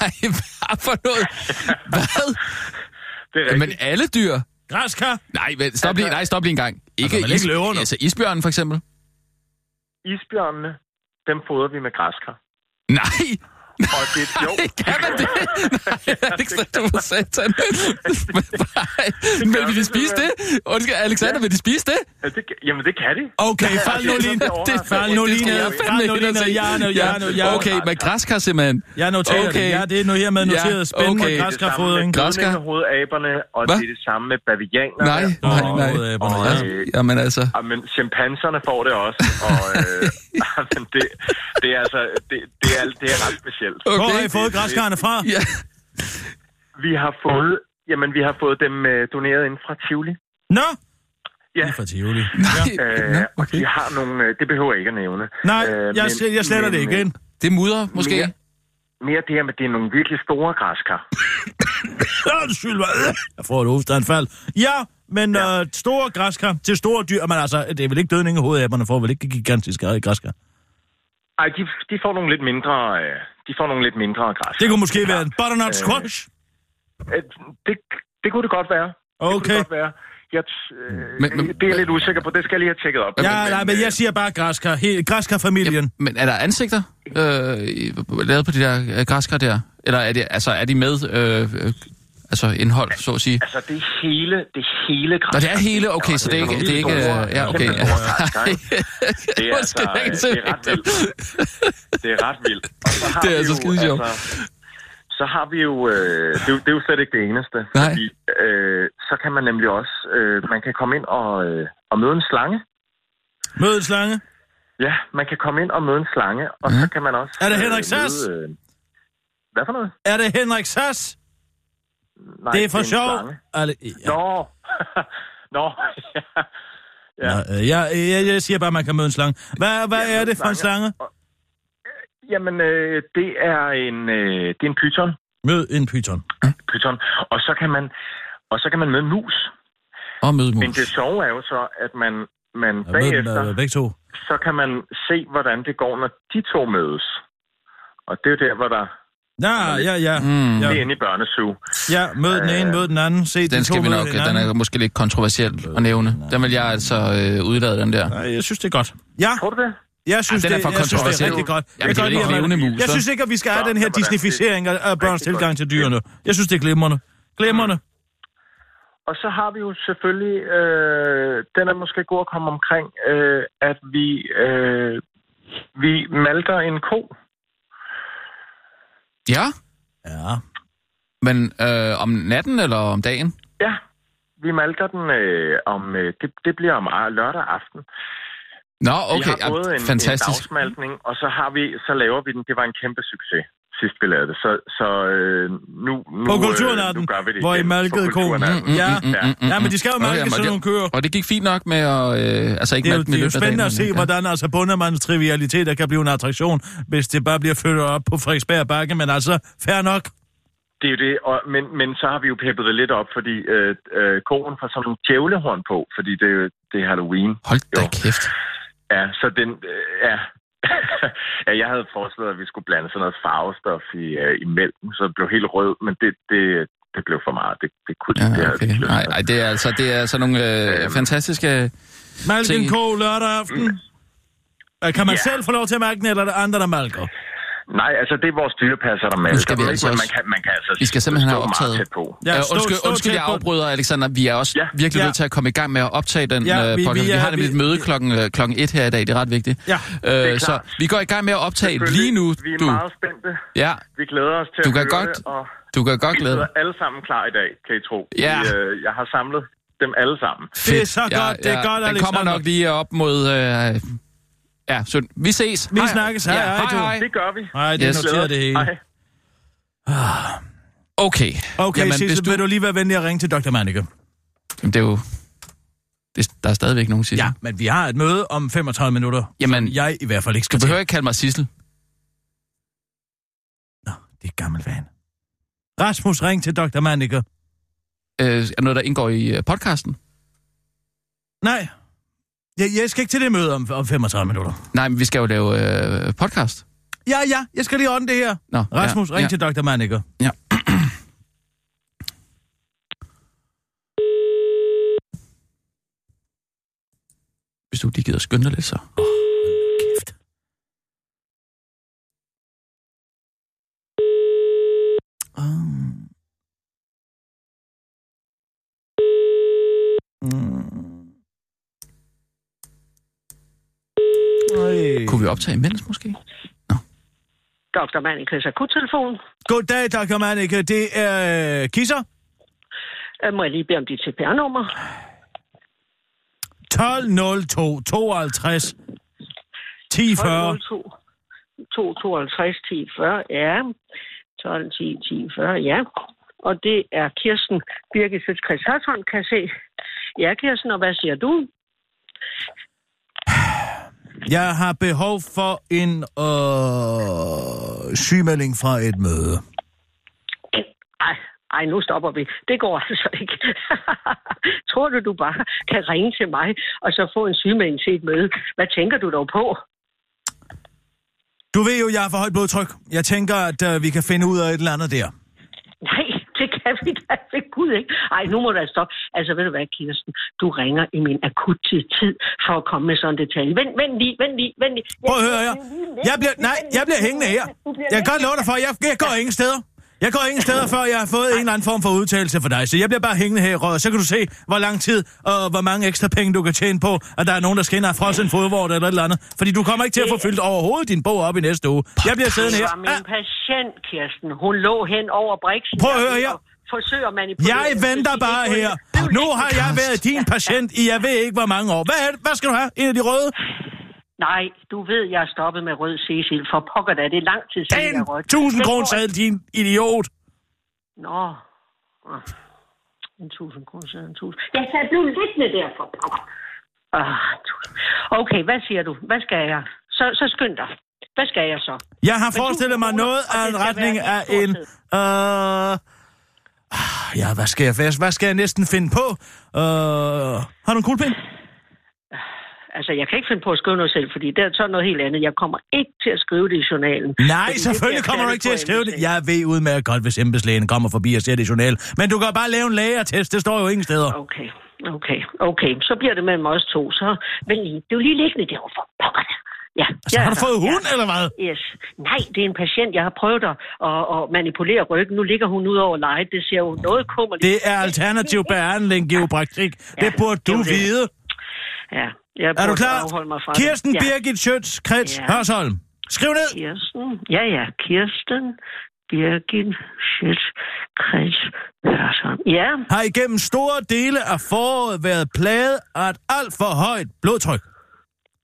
[SPEAKER 2] Nej, hvad for noget? Hvad?
[SPEAKER 8] det er rigtigt.
[SPEAKER 2] Men alle dyr?
[SPEAKER 5] Græskar?
[SPEAKER 2] Nej, vel, stop lige, nej, stop lige en gang. Ikke,
[SPEAKER 5] vel ikke løverne?
[SPEAKER 2] Altså isbjørnen for eksempel?
[SPEAKER 8] Isbjørnene, dem fodrer vi med græskar.
[SPEAKER 2] Nej,
[SPEAKER 8] Og det er jo...
[SPEAKER 2] kan man det? Nej, Alexander, hvor satan. Nej, men vil de spise det? Undskyld, Alexander, vil de spise det?
[SPEAKER 8] Ja, det, jamen, det kan de.
[SPEAKER 5] Okay, fald nu lige. Fald nu lige
[SPEAKER 2] skal
[SPEAKER 5] ned.
[SPEAKER 2] jeg fandme
[SPEAKER 5] Fald nu
[SPEAKER 2] ind
[SPEAKER 5] lige
[SPEAKER 2] og
[SPEAKER 5] ned.
[SPEAKER 2] se.
[SPEAKER 5] Jeg er nu, jeg er nu, jeg er nu.
[SPEAKER 2] Okay, med græskar simpelthen.
[SPEAKER 5] Jeg noterer
[SPEAKER 2] Okay.
[SPEAKER 5] okay. det. Ja, det er nu hermed noteret.
[SPEAKER 2] Ja,
[SPEAKER 5] Spændende
[SPEAKER 2] okay.
[SPEAKER 5] okay. græskarfodring.
[SPEAKER 2] Det er
[SPEAKER 8] Græskar.
[SPEAKER 2] Græskar.
[SPEAKER 8] hovedaberne, og
[SPEAKER 2] Hva?
[SPEAKER 8] det er det samme med bavianer.
[SPEAKER 2] Nej, nej, nej.
[SPEAKER 5] Åh,
[SPEAKER 2] Ja, Jamen altså.
[SPEAKER 8] Ja, Ah, men chimpanserne får det også, og øh, ja, men det, det er altså, det, det, er, det er ret specielt.
[SPEAKER 5] Hvor har
[SPEAKER 2] Okay.
[SPEAKER 5] I fået græskarne fra?
[SPEAKER 2] Ja.
[SPEAKER 8] Vi har fået, jamen vi har fået dem øh, doneret ind fra Tivoli.
[SPEAKER 5] Nå?
[SPEAKER 8] Ja.
[SPEAKER 5] Det er fra Tivoli.
[SPEAKER 2] Nej.
[SPEAKER 8] Øh,
[SPEAKER 2] Nå,
[SPEAKER 8] Og
[SPEAKER 2] okay.
[SPEAKER 8] de har nogle, øh, det behøver jeg ikke at nævne.
[SPEAKER 5] Nej,
[SPEAKER 8] Øh,
[SPEAKER 5] jeg,
[SPEAKER 8] men-
[SPEAKER 5] sl- jeg sletter
[SPEAKER 8] men, øh,
[SPEAKER 5] det igen.
[SPEAKER 2] Det er mudder, måske.
[SPEAKER 8] Mere. Mere det her med, at det er nogle virkelig store græskar.
[SPEAKER 5] Undskyld mig. Jeg får et hovedstandfald. Ja, men ja. Øh, store græskar til store dyr. Men altså, det er vel ikke dødning af hovedaberne får vel ikke gigantiske græskar?
[SPEAKER 8] Ej, de, de får nogle lidt mindre, øh, de får nogle lidt mindre græskar.
[SPEAKER 5] Det kunne måske være en butternut squash.
[SPEAKER 8] Øh, det, det kunne det godt være. Det kunne
[SPEAKER 5] Okay.
[SPEAKER 8] det godt være. Jeg, t- øh,
[SPEAKER 2] Men-
[SPEAKER 8] men,
[SPEAKER 2] men-
[SPEAKER 8] men, det er jeg lidt usikker på. Det skal jeg lige have tjekket op. øh,
[SPEAKER 5] Ja, nej, men jeg siger bare græskar. Helt græskarfamilien.
[SPEAKER 2] Men er der ansigter øh, i- lavet på de der øh, græskar der? Eller er, det, altså, er de med øh, øh, altså indhold, så at sige?
[SPEAKER 8] Altså, det er hele, det er hele
[SPEAKER 2] Nå,
[SPEAKER 8] græskar.
[SPEAKER 2] det er hele, okay, så det er ikke... Det er ikke øh, ja, okay.
[SPEAKER 8] Kæmpe store græskar, ikke? Det er, altså,
[SPEAKER 2] Undskyld, jeg
[SPEAKER 8] øh,
[SPEAKER 2] kan
[SPEAKER 8] det er
[SPEAKER 2] simpelthen
[SPEAKER 8] ret vildt. Det er ret vildt. Og så har
[SPEAKER 2] Det er
[SPEAKER 8] vi
[SPEAKER 2] altså
[SPEAKER 8] jo,
[SPEAKER 2] skide sjovt.
[SPEAKER 8] altså, Så har vi jo, øh, det, er jo- det er jo slet ikke det eneste.
[SPEAKER 2] Nej.
[SPEAKER 8] Fordi, øh, så kan man nemlig også, øh, man kan komme ind og, øh, og møde en slange.
[SPEAKER 5] Mød en slange.
[SPEAKER 8] Ja, man kan komme ind og møde en slange, og så kan man også...
[SPEAKER 5] Er det Henrik
[SPEAKER 8] øh,
[SPEAKER 5] Sass?
[SPEAKER 8] møde, øh, Hvad for noget?
[SPEAKER 5] Er det Henrik Sass?
[SPEAKER 8] Nej,
[SPEAKER 5] Det er for
[SPEAKER 8] en
[SPEAKER 5] sjov.
[SPEAKER 8] slange.
[SPEAKER 5] Alle- ja.
[SPEAKER 8] Nå. Nå, ja.
[SPEAKER 5] Ja. Nå, øh, jeg, jeg, jeg siger bare, at man kan møde en slange. Hvad, hvad
[SPEAKER 8] Ja,
[SPEAKER 5] er det for en slange?
[SPEAKER 8] Jamen, øh, det er en, øh, det er en pyton.
[SPEAKER 5] Mød en pyton.
[SPEAKER 8] pyton. Og så kan man, og så kan man møde en mus.
[SPEAKER 2] Og møde
[SPEAKER 8] Men
[SPEAKER 2] mus.
[SPEAKER 8] det sjove er jo så, at man, man
[SPEAKER 5] Ja, Mød
[SPEAKER 8] bagefter,
[SPEAKER 5] dem øh, begge to.
[SPEAKER 8] så kan man se, hvordan det går, når de to mødes. Og det er jo der, hvor der
[SPEAKER 5] Ja, ja, ja.
[SPEAKER 2] Mm.
[SPEAKER 8] ja.
[SPEAKER 5] Ja.
[SPEAKER 8] er inde i børnesug.
[SPEAKER 5] Ja, mød den
[SPEAKER 8] Øh,
[SPEAKER 5] ene, mød den anden. Se, de
[SPEAKER 2] Den
[SPEAKER 5] to
[SPEAKER 2] skal vi
[SPEAKER 5] møde
[SPEAKER 2] nok, den
[SPEAKER 5] hinanden.
[SPEAKER 2] er måske lidt kontroversiel at nævne. Den vil jeg altså øh, udlade, den der.
[SPEAKER 5] Nej, jeg synes, det er godt. Ja,
[SPEAKER 8] Tror du det?
[SPEAKER 5] jeg synes,
[SPEAKER 2] Ej, den er
[SPEAKER 5] det,
[SPEAKER 2] for
[SPEAKER 5] jeg synes det er
[SPEAKER 2] kontroversiel.
[SPEAKER 5] rigtig godt.
[SPEAKER 2] Jamen,
[SPEAKER 5] jeg,
[SPEAKER 2] det
[SPEAKER 5] kan
[SPEAKER 2] er jo
[SPEAKER 5] godt lide, at man-
[SPEAKER 2] levende mus,
[SPEAKER 5] jeg
[SPEAKER 2] så.
[SPEAKER 5] synes ikke, at vi skal have
[SPEAKER 8] Nå,
[SPEAKER 5] den her
[SPEAKER 8] hvordan-
[SPEAKER 5] disnificering af, af børns
[SPEAKER 8] Rigtig godt. Mm.
[SPEAKER 5] tilgang til dyrene. Jeg synes, det er glimrende. Glimrende.
[SPEAKER 8] Og så har vi jo selvfølgelig, øh, den er måske god at komme omkring, øh, at vi, øh, vi malter en ko.
[SPEAKER 2] Ja,
[SPEAKER 5] Ja.
[SPEAKER 2] men øh, om natten eller om dagen?
[SPEAKER 8] Ja, vi malter den øh, om, øh, det, det bliver om ah, lørdag aften.
[SPEAKER 2] Nå,
[SPEAKER 8] vi
[SPEAKER 2] okay,
[SPEAKER 8] har både
[SPEAKER 2] ja,
[SPEAKER 8] en, en
[SPEAKER 2] fantastisk.
[SPEAKER 8] dagsmaltning, og så har vi, så laver vi den. Det var en kæmpe succes sidst vi lavede det. Så, så øh, nu, nu,
[SPEAKER 5] På
[SPEAKER 8] øh,
[SPEAKER 5] kulturnatten,
[SPEAKER 8] nu gør vi det
[SPEAKER 5] hvor I
[SPEAKER 8] igen.
[SPEAKER 5] malkede Mm,
[SPEAKER 8] På
[SPEAKER 5] koen.
[SPEAKER 8] kulturnatten.
[SPEAKER 5] Ja.
[SPEAKER 8] Ja.
[SPEAKER 5] ja, men de skal jo
[SPEAKER 2] Okay,
[SPEAKER 5] mærke
[SPEAKER 2] men
[SPEAKER 5] sådan
[SPEAKER 2] det-
[SPEAKER 5] nogle køer.
[SPEAKER 2] Og det gik fint nok med at... Øh, altså ikke
[SPEAKER 5] Det er, jo,
[SPEAKER 2] med,
[SPEAKER 5] det er jo spændende at se,
[SPEAKER 2] hvordan...
[SPEAKER 5] hvordan altså bundemandens trivialiteter kan blive en attraktion, hvis det bare bliver flyttet op på Frederiksberg Bakke, men altså, fair nok.
[SPEAKER 8] Det er jo det, og, men, men så har vi jo peppet det lidt op, fordi øh, øh, koen får sådan en djævlehorn på, fordi det, er jo- det er Halloween.
[SPEAKER 2] Hold da
[SPEAKER 8] Jo.
[SPEAKER 2] kæft.
[SPEAKER 8] Ja, så den... Øh, ja. ja, jeg havde foreslået, at vi skulle blande sådan noget farvestof i, øh, i mælken, så det blev helt rød, men det, det, det blev for meget. Det, det kunne det
[SPEAKER 2] Ja,
[SPEAKER 8] havde vi
[SPEAKER 2] okay.
[SPEAKER 8] ikke lyst
[SPEAKER 2] Nej,
[SPEAKER 8] til.
[SPEAKER 2] nej, det er altså det er altså nogle øh,
[SPEAKER 8] Øhm.
[SPEAKER 2] fantastiske...
[SPEAKER 5] Malke en
[SPEAKER 2] Ting.
[SPEAKER 5] ko lørdag aften. Øh, Kan man
[SPEAKER 8] Ja.
[SPEAKER 5] selv få lov til at mærke den, eller er det andre, der malker?
[SPEAKER 8] Nej, altså det er vores dyrepasser, der malker.
[SPEAKER 2] skal vi
[SPEAKER 8] dem,
[SPEAKER 2] altså
[SPEAKER 8] ikke? Men
[SPEAKER 2] også-
[SPEAKER 8] man kan, man kan altså
[SPEAKER 2] Vi skal simpelthen
[SPEAKER 8] stå
[SPEAKER 2] have
[SPEAKER 8] meget
[SPEAKER 2] optaget.
[SPEAKER 8] tæt på.
[SPEAKER 2] Ja,
[SPEAKER 5] stå-
[SPEAKER 2] undskyld,
[SPEAKER 5] stå
[SPEAKER 2] undskyld,
[SPEAKER 5] tæt
[SPEAKER 2] jeg
[SPEAKER 5] på-
[SPEAKER 2] afbryder, Alexander. Vi er også
[SPEAKER 8] Ja.
[SPEAKER 2] virkelig
[SPEAKER 5] Ja.
[SPEAKER 2] nødt til at komme i gang med at optage den
[SPEAKER 5] Ja,
[SPEAKER 2] ja,
[SPEAKER 5] vi-
[SPEAKER 2] vi,
[SPEAKER 5] vi
[SPEAKER 2] podcast. Vi,
[SPEAKER 5] er-
[SPEAKER 2] har nemlig et
[SPEAKER 5] vi-
[SPEAKER 2] møde klokken, øh, klokken et her i dag. Det er ret vigtigt.
[SPEAKER 5] Ja,
[SPEAKER 2] øh,
[SPEAKER 8] er
[SPEAKER 2] så
[SPEAKER 8] klart.
[SPEAKER 2] vi går i gang med at optage lige nu.
[SPEAKER 8] Vi er
[SPEAKER 2] Du,
[SPEAKER 8] meget spændte.
[SPEAKER 2] ja,
[SPEAKER 8] Vi glæder os til
[SPEAKER 2] Du
[SPEAKER 8] at
[SPEAKER 2] kan
[SPEAKER 8] høre
[SPEAKER 2] godt-
[SPEAKER 8] det, og
[SPEAKER 2] du kan godt
[SPEAKER 8] vi
[SPEAKER 2] glæde
[SPEAKER 8] sidder
[SPEAKER 2] dig.
[SPEAKER 8] alle sammen klar i dag, kan I tro.
[SPEAKER 2] Ja.
[SPEAKER 8] Vi, øh, jeg har samlet dem alle sammen.
[SPEAKER 5] Det er så godt, det er godt,
[SPEAKER 2] Den kommer
[SPEAKER 5] Alexander.
[SPEAKER 2] nok lige op mod... Øh, ja, så vi ses.
[SPEAKER 5] Vi snakkes. Hej,
[SPEAKER 2] ja,
[SPEAKER 5] hej, du.
[SPEAKER 2] hej, hej.
[SPEAKER 8] Det gør vi.
[SPEAKER 5] Nej, det
[SPEAKER 2] Yes.
[SPEAKER 5] yes. noterer det hele.
[SPEAKER 8] Hej.
[SPEAKER 2] Okay.
[SPEAKER 5] Okay, Jamen,
[SPEAKER 2] hvis
[SPEAKER 5] Sissel, du...
[SPEAKER 2] du...
[SPEAKER 5] vil du lige være venlig at ringe til Dr. Manneke?
[SPEAKER 2] Jamen, det er jo... Det, der er stadigvæk nogen, Sissel.
[SPEAKER 5] Ja, men vi har et møde om 35 minutter.
[SPEAKER 2] Jamen,
[SPEAKER 5] som Jeg i hvert fald ikke
[SPEAKER 2] Du
[SPEAKER 5] skal
[SPEAKER 2] behøver ikke kalde mig Sissel.
[SPEAKER 5] Nå, det er gammel vane. Rasmus, ring til Dr. Manneke.
[SPEAKER 2] Øh, er noget, der indgår i øh, podcasten?
[SPEAKER 5] Nej, jeg, jeg skal ikke til det møde om, om 35 minutter.
[SPEAKER 2] Nej, men vi skal jo lave øh, podcast.
[SPEAKER 5] Ja, ja, jeg skal lige ordne det her.
[SPEAKER 2] Nå,
[SPEAKER 5] Rasmus,
[SPEAKER 2] ja,
[SPEAKER 5] ring
[SPEAKER 2] ja.
[SPEAKER 5] til Dr. Manneke.
[SPEAKER 2] hvis du lige gider skynde dig lidt så.
[SPEAKER 5] Kæft.
[SPEAKER 2] Oh. Mm.
[SPEAKER 5] Øj.
[SPEAKER 2] Kunne vi optage imens måske?
[SPEAKER 8] Dr. Mannikas akuttelefon.
[SPEAKER 5] Goddag, Dr. Manneke. Det er øh, Kisser.
[SPEAKER 8] Øh, Må jeg lige bede om dit CPR-nummer?
[SPEAKER 5] 1202 52 1040.
[SPEAKER 8] 1202 252 1040, ja. 12 10 10 40, ja. Og det er Kirsten Birgit Sjøtskreds Hørsholm, kan jeg se. Ja, Kirsten, og hvad siger du?
[SPEAKER 5] Jeg har behov for en øh, sygemelding fra et møde.
[SPEAKER 8] Ej, ej, nu stopper vi. Det går altså ikke. Tror du, du bare kan ringe til mig, og så få en sygemelding til et møde? Hvad tænker du dog på?
[SPEAKER 5] Du ved jo, jeg har for højt blodtryk. Jeg tænker, at øh, vi kan finde ud af et eller andet der.
[SPEAKER 8] Nej, det kan vi da ved Gud ikke. Ej, nu må du altså stoppe. Altså, ved du hvad, Kirsten? Du ringer i min akut tid for at komme med sådan en detalje. Vent, vent lige, vent lige, vent lige.
[SPEAKER 5] Prøv at høre her. Jeg bliver, nej, jeg bliver hængende her. Jeg kan godt love dig for, jeg, jeg går ingen steder. Jeg går ingen steder, før jeg har fået en eller anden form for udtalelse for dig. Så jeg bliver bare hængende her i røret. Så kan du se, hvor lang tid og hvor mange ekstra penge, du kan tjene på, at der er nogen, der skinner af frossen fodvort eller et eller andet. Fordi du kommer ikke til at få fyldt overhovedet din bog op i næste uge. Jeg bliver siddende
[SPEAKER 8] Det
[SPEAKER 5] her.
[SPEAKER 8] var min
[SPEAKER 5] Ah,
[SPEAKER 8] patient, Kirsten. Hun lå hen over briksen.
[SPEAKER 5] Prøv at høre her.
[SPEAKER 8] Forsøger at manipulere.
[SPEAKER 5] Ah, Jeg venter bare her. Nu har jeg været din patient i jeg ved ikke hvor mange år. Hvad, er det? hvad skal du have? En af de røde?
[SPEAKER 8] Nej, du ved, jeg er stoppet med rød Cecil. For pokker da, det er lang tid siden,
[SPEAKER 5] Den
[SPEAKER 8] jeg rødt.
[SPEAKER 5] 1000
[SPEAKER 8] Men
[SPEAKER 5] kroner sad
[SPEAKER 8] hvor-
[SPEAKER 5] din idiot.
[SPEAKER 8] Nå. Åh. En tusind kroner, så en tusind. Jeg kan blive liggende der for pokker. Ah, tusind. Okay, hvad siger du? Hvad skal jeg? Så, så skynd dig. Hvad skal jeg så?
[SPEAKER 5] Jeg har
[SPEAKER 8] Men
[SPEAKER 5] forestillet
[SPEAKER 8] tusind
[SPEAKER 5] mig
[SPEAKER 8] kroner,
[SPEAKER 5] noget
[SPEAKER 8] og
[SPEAKER 5] af en
[SPEAKER 8] det skal
[SPEAKER 5] retning
[SPEAKER 8] være
[SPEAKER 5] af en...
[SPEAKER 8] i
[SPEAKER 5] Øh... ah, Ja, hvad skal jeg fast? Hvad skal jeg næsten finde på? Øh... Har du en kuglepind?
[SPEAKER 8] Altså, jeg kan ikke finde på at skrive noget selv, fordi det er sådan noget helt andet. Jeg kommer ikke til at skrive det i journalen.
[SPEAKER 5] Nej,
[SPEAKER 8] Fordi det
[SPEAKER 5] selvfølgelig
[SPEAKER 8] bliver
[SPEAKER 5] kommer du ikke
[SPEAKER 8] særligt
[SPEAKER 5] til at
[SPEAKER 8] på
[SPEAKER 5] skrive det.
[SPEAKER 8] embedslægen.
[SPEAKER 5] Jeg ved udmærket godt, hvis embedslægen kommer forbi og ser det i journal. Men du kan bare lave en lægertest, det står jo ingen steder.
[SPEAKER 8] Okay, okay, okay. Så bliver det mellem os to. Så vel lige, det er jo lige liggende derovre for pokker. da. Ja,
[SPEAKER 5] Så
[SPEAKER 8] jeg
[SPEAKER 5] har
[SPEAKER 8] er
[SPEAKER 5] du
[SPEAKER 8] her.
[SPEAKER 5] fået
[SPEAKER 8] Jeg er
[SPEAKER 5] hund, eller hvad?
[SPEAKER 8] Yes. Nej, det er en patient, jeg har prøvet at, at, at manipulere ryggen. Nu ligger hun ud over lejet. Det ser jo noget kummerligt.
[SPEAKER 5] Det er alternativ behandling, geopraktik.
[SPEAKER 8] Ja,
[SPEAKER 5] Det burde
[SPEAKER 8] det
[SPEAKER 5] du
[SPEAKER 8] er jo det.
[SPEAKER 5] vide.
[SPEAKER 8] Ja, jeg
[SPEAKER 5] Er du
[SPEAKER 8] prøver
[SPEAKER 5] klar?
[SPEAKER 8] at afholde Mig fra det.
[SPEAKER 5] Kirsten
[SPEAKER 8] ja.
[SPEAKER 5] Birgit Schøtz, Krets
[SPEAKER 8] Ja.
[SPEAKER 5] Hørsholm. Skriv ned.
[SPEAKER 8] Kirsten. Ja, ja. Kirsten Birgit Schøtz Kreds Hørsholm. Ja,
[SPEAKER 5] har igennem store dele af foråret været plaget af et alt for højt blodtryk.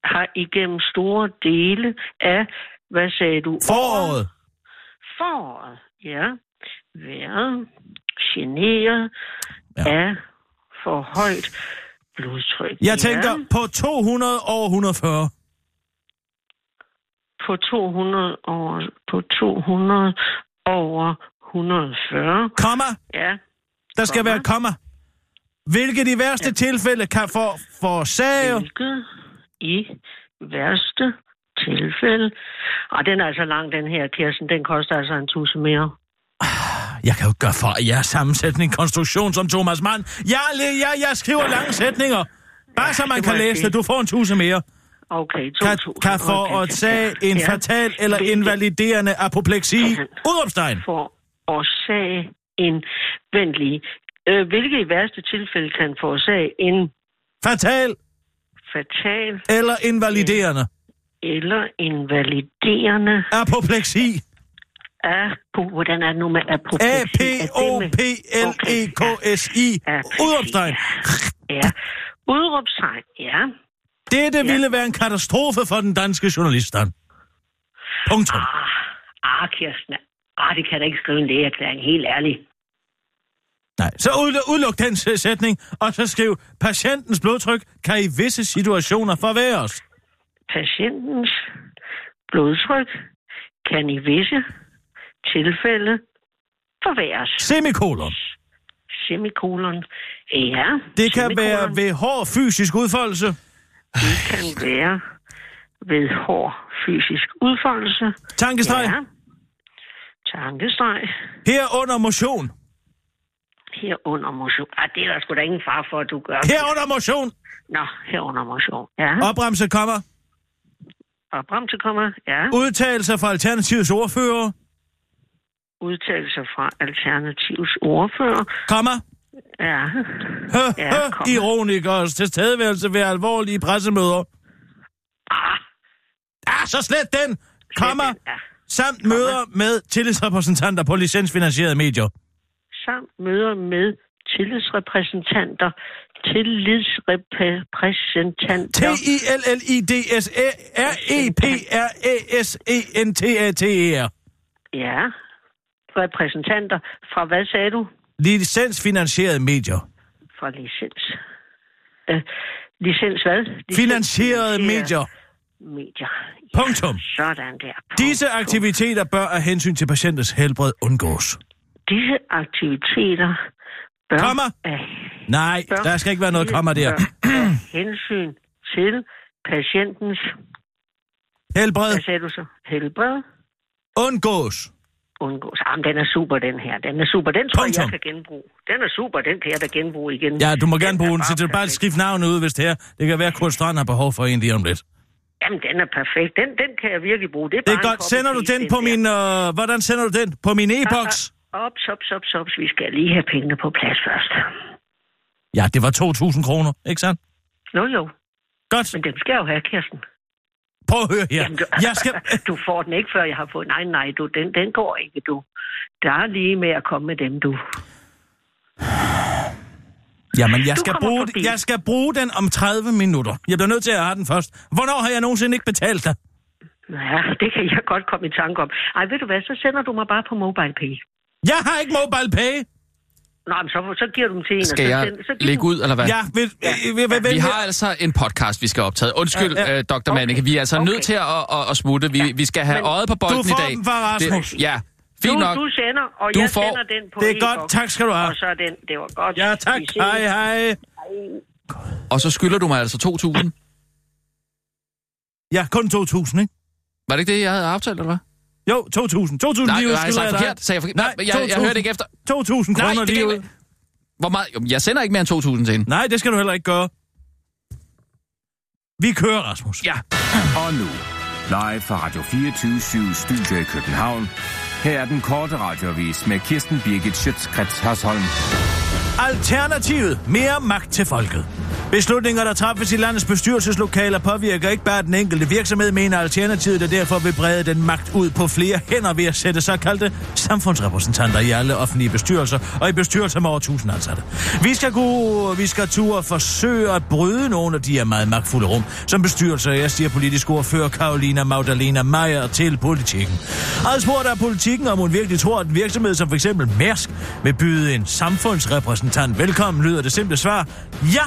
[SPEAKER 8] har igennem store dele af, hvad sagde du?
[SPEAKER 5] Foråret.
[SPEAKER 8] Foråret, ja. Været generet
[SPEAKER 5] Ja.
[SPEAKER 8] ja. af for højt blodtryk.
[SPEAKER 5] Jeg tænker på 200 over 140.
[SPEAKER 8] på 200 over, på 200 over 140.
[SPEAKER 5] Komma.
[SPEAKER 8] Ja,
[SPEAKER 5] Der skal
[SPEAKER 8] Komma.
[SPEAKER 5] være et komma. Hvilket i værste ja. tilfælde kan for, forårsage...
[SPEAKER 8] hvilket i værste tilfælde. Og den er altså lang, den her, Kirsten. Den koster altså en tusse mere.
[SPEAKER 5] Jeg kan jo ikke gøre for, at jeg er sammensætning konstruktion som Thomas Mann. Jeg, jeg, jeg, jeg skriver lange sætninger. Bare så man
[SPEAKER 8] det
[SPEAKER 5] kan
[SPEAKER 8] må jeg
[SPEAKER 5] læse
[SPEAKER 8] sige.
[SPEAKER 5] det. Du får en tusind mere.
[SPEAKER 8] Okay,
[SPEAKER 5] Kan,
[SPEAKER 8] 2000.
[SPEAKER 5] kan for at sag en
[SPEAKER 8] Ja.
[SPEAKER 5] fatal eller
[SPEAKER 8] Hvilket
[SPEAKER 5] invaliderende apopleksi. Udropstegn.
[SPEAKER 8] For årsag en... Vent lige. Øh, hvilket i værste tilfælde kan forårsage en
[SPEAKER 5] Fatal
[SPEAKER 8] fatal
[SPEAKER 5] eller invaliderende
[SPEAKER 8] eller invaliderende
[SPEAKER 5] apopleksi.
[SPEAKER 8] apo... E. Hvordan er det nu med apopleksi? Er det med-
[SPEAKER 5] E A-P-O-P-L-E-K-S-I.
[SPEAKER 8] Ja, præcis,
[SPEAKER 5] Udropstegn.
[SPEAKER 8] Ja. ja. Udråbstegn, ja.
[SPEAKER 5] Dette ville være en katastrofe for den danske journaliststand. Punktum.
[SPEAKER 8] Ah, Kirsten, ah, det kan da ikke skrive en lægeerklæring, helt ærligt.
[SPEAKER 5] Nej. Så ud, udeluk den s- sætning, og så skriv, patientens blodtryk kan i visse situationer forværres.
[SPEAKER 8] Patientens blodtryk kan i visse tilfælde forværres.
[SPEAKER 5] Semikolon.
[SPEAKER 8] Semikolon. Ja.
[SPEAKER 5] Det kan
[SPEAKER 8] semikolon.
[SPEAKER 5] være ved hård fysisk udfoldelse.
[SPEAKER 8] Det kan være ved hård fysisk udfoldelse.
[SPEAKER 5] Tankestreg.
[SPEAKER 8] Tankestreg.
[SPEAKER 5] Herunder motion.
[SPEAKER 8] Herunder motion. Ah, det er der sgu da ingen far for, at du gør.
[SPEAKER 5] Herunder motion.
[SPEAKER 8] Nå, herunder motion. Ja.
[SPEAKER 5] Opremse kommer.
[SPEAKER 8] Og bremse kommer. Ja.
[SPEAKER 5] Udtalelser fra Alternativets ordfører.
[SPEAKER 8] Udtalelser fra Alternativs ordfører.
[SPEAKER 5] Kommer.
[SPEAKER 8] Ja.
[SPEAKER 5] Hø,
[SPEAKER 8] Ja,
[SPEAKER 5] hø,
[SPEAKER 8] komma.
[SPEAKER 5] ironikers tilstedeværelse ved alvorlige pressemøder.
[SPEAKER 8] Ah,
[SPEAKER 5] Ah, så slet den. Kommer.
[SPEAKER 8] Ja.
[SPEAKER 5] Samt møder med tillidsrepræsentanter på licensfinansierede medier.
[SPEAKER 8] Samt møder med tillidsrepræsentanter. Tillidsrepræsentanter.
[SPEAKER 5] T-I-L-L-I-D-S-R-E-P-R-E-S-E-N-T-A-T-E-R.
[SPEAKER 8] Ja. Repræsentanter fra hvad sagde du?
[SPEAKER 5] Licensfinansierede medier.
[SPEAKER 8] Fra licens. Øh, licens hvad? Licens-
[SPEAKER 5] Finansierede medier.
[SPEAKER 8] Medier. Ja,
[SPEAKER 5] Punktum.
[SPEAKER 8] sådan der.
[SPEAKER 5] Disse
[SPEAKER 8] Punktum.
[SPEAKER 5] aktiviteter bør af hensyn til patientens helbred undgås.
[SPEAKER 8] Disse aktiviteter bør...
[SPEAKER 5] Komma.
[SPEAKER 8] af-
[SPEAKER 5] Nej,
[SPEAKER 8] bør-
[SPEAKER 5] der skal ikke være noget kommer der.
[SPEAKER 8] bør af hensyn til patientens...
[SPEAKER 5] Helbred
[SPEAKER 8] Hvad sagde du så? Helbred?
[SPEAKER 5] undgås.
[SPEAKER 8] Undgås. Jamen, den er super, den her. Den er super. Den tror jeg,
[SPEAKER 5] Punktum.
[SPEAKER 8] jeg kan genbruge. Den er super. Den kan jeg da genbruge igen.
[SPEAKER 5] Ja, du må gerne
[SPEAKER 8] er
[SPEAKER 5] bruge den.
[SPEAKER 8] bare
[SPEAKER 5] Så du bare
[SPEAKER 8] perfekt.
[SPEAKER 5] skift navnet ud, hvis det er. Det kan være, at Kurt Strand har behov for en lige om lidt.
[SPEAKER 8] Jamen, den er perfekt. Den, den kan jeg virkelig bruge. Det er,
[SPEAKER 5] Det er
[SPEAKER 8] bare en
[SPEAKER 5] godt. Sender du
[SPEAKER 8] copy-paste,
[SPEAKER 5] den på
[SPEAKER 8] der.
[SPEAKER 5] min... Øh, hvordan sender du den? På min e-boks?
[SPEAKER 8] Ops, ops, ops, ops. Vi skal lige have pengene på plads først.
[SPEAKER 5] Ja, det var 2.000 kroner, ikke sandt?
[SPEAKER 8] Jo, jo.
[SPEAKER 5] Godt.
[SPEAKER 8] Men dem skal jeg jo have, Kirsten.
[SPEAKER 5] Prøv at høre her.
[SPEAKER 8] Jamen, du,
[SPEAKER 5] Jeg skal...
[SPEAKER 8] du får den ikke, før jeg har fået... Nej, nej, du, den, den går ikke, du. Der er lige med at komme med dem, du.
[SPEAKER 5] Jamen, jeg
[SPEAKER 8] Du
[SPEAKER 5] skal,
[SPEAKER 8] kommer
[SPEAKER 5] bruge,
[SPEAKER 8] forbi.
[SPEAKER 5] jeg skal bruge den om 30 minutter. Jeg bliver nødt til at have den først. Hvornår har jeg nogensinde ikke betalt dig?
[SPEAKER 8] Ja, det kan jeg godt komme i tanke om. Ej, ved du hvad, så sender du mig bare på MobilePay.
[SPEAKER 5] Jeg har ikke mobile pay.
[SPEAKER 8] Nå, men så, så giver du dem til en,
[SPEAKER 2] Skal
[SPEAKER 8] og så,
[SPEAKER 2] jeg
[SPEAKER 8] send- så giver
[SPEAKER 2] lægge
[SPEAKER 8] du...
[SPEAKER 2] ud, eller hvad?
[SPEAKER 5] Jeg vil, vil, vil, vil,
[SPEAKER 2] Vi har altså en podcast, vi skal optage. Undskyld,
[SPEAKER 5] Ja,
[SPEAKER 2] ja,
[SPEAKER 5] ja.
[SPEAKER 2] ja. Øh, Dr. Okay. Mannicke, vi er altså
[SPEAKER 8] Okay.
[SPEAKER 2] okay. nødt til at, at, at smutte. Vi, ja. vi skal have
[SPEAKER 8] Men-
[SPEAKER 2] øjet på bolden
[SPEAKER 5] får
[SPEAKER 2] i dag.
[SPEAKER 5] den fra Rasmus.
[SPEAKER 2] Det, ja,
[SPEAKER 8] Du,
[SPEAKER 2] fint nok.
[SPEAKER 8] du sender, og
[SPEAKER 2] Du
[SPEAKER 8] jeg
[SPEAKER 2] får-
[SPEAKER 8] sender den på
[SPEAKER 5] Det er
[SPEAKER 8] e-boks.
[SPEAKER 5] godt. Tak skal du have.
[SPEAKER 8] Og så er den, det var godt.
[SPEAKER 5] Ja, tak.
[SPEAKER 8] Vi ses.
[SPEAKER 5] Hej, hej.
[SPEAKER 2] Og så skylder du mig altså 2.000.
[SPEAKER 5] Ja, kun 2.000, ikke?
[SPEAKER 2] Var det ikke det, jeg havde aftalt, eller hvad?
[SPEAKER 5] Jo, 2.000. 2.000
[SPEAKER 2] Nej,
[SPEAKER 5] lige ud,
[SPEAKER 2] nej,
[SPEAKER 5] skylder jeg
[SPEAKER 2] sagde jeg
[SPEAKER 5] dig.
[SPEAKER 2] forkert. Sagde jeg forkert. Nej, jeg, jeg
[SPEAKER 5] 2.000.
[SPEAKER 2] hørte ikke efter.
[SPEAKER 5] 2.000
[SPEAKER 2] Nej,
[SPEAKER 5] kroner
[SPEAKER 2] det kan
[SPEAKER 5] lige ud.
[SPEAKER 2] ikke. Hvor meget? Jo, Jeg sender ikke mere end 2.000 til hende.
[SPEAKER 5] Nej, det skal du heller ikke gøre. Vi kører, Rasmus.
[SPEAKER 2] Ja.
[SPEAKER 7] Og nu. Live fra Radio 24 Studio i København. Her er den korte radiovis med Kirsten Birgit Schøtzgrads Hasholm.
[SPEAKER 5] Alternativet. Mere magt til folket. Beslutninger, der træffes i landets bestyrelseslokaler, påvirker ikke bare den enkelte virksomhed, mener Alternativet, der derfor vil brede den magt ud på flere hænder ved at sætte såkaldte samfundsrepræsentanter i alle offentlige bestyrelser og i bestyrelser med over 1000 ansatte. Vi skal, kunne, vi skal turde forsøge at bryde nogle af de her meget magtfulde rum, som bestyrelser, jeg siger politisk ordfører Karolina Magdalena Meyer til politikken. Adspurgt af politikken, om hun virkelig tror, at en virksomhed som f.eks. Mærsk vil byde en samfundsrepræsentant velkommen, lyder det simple svar. Ja,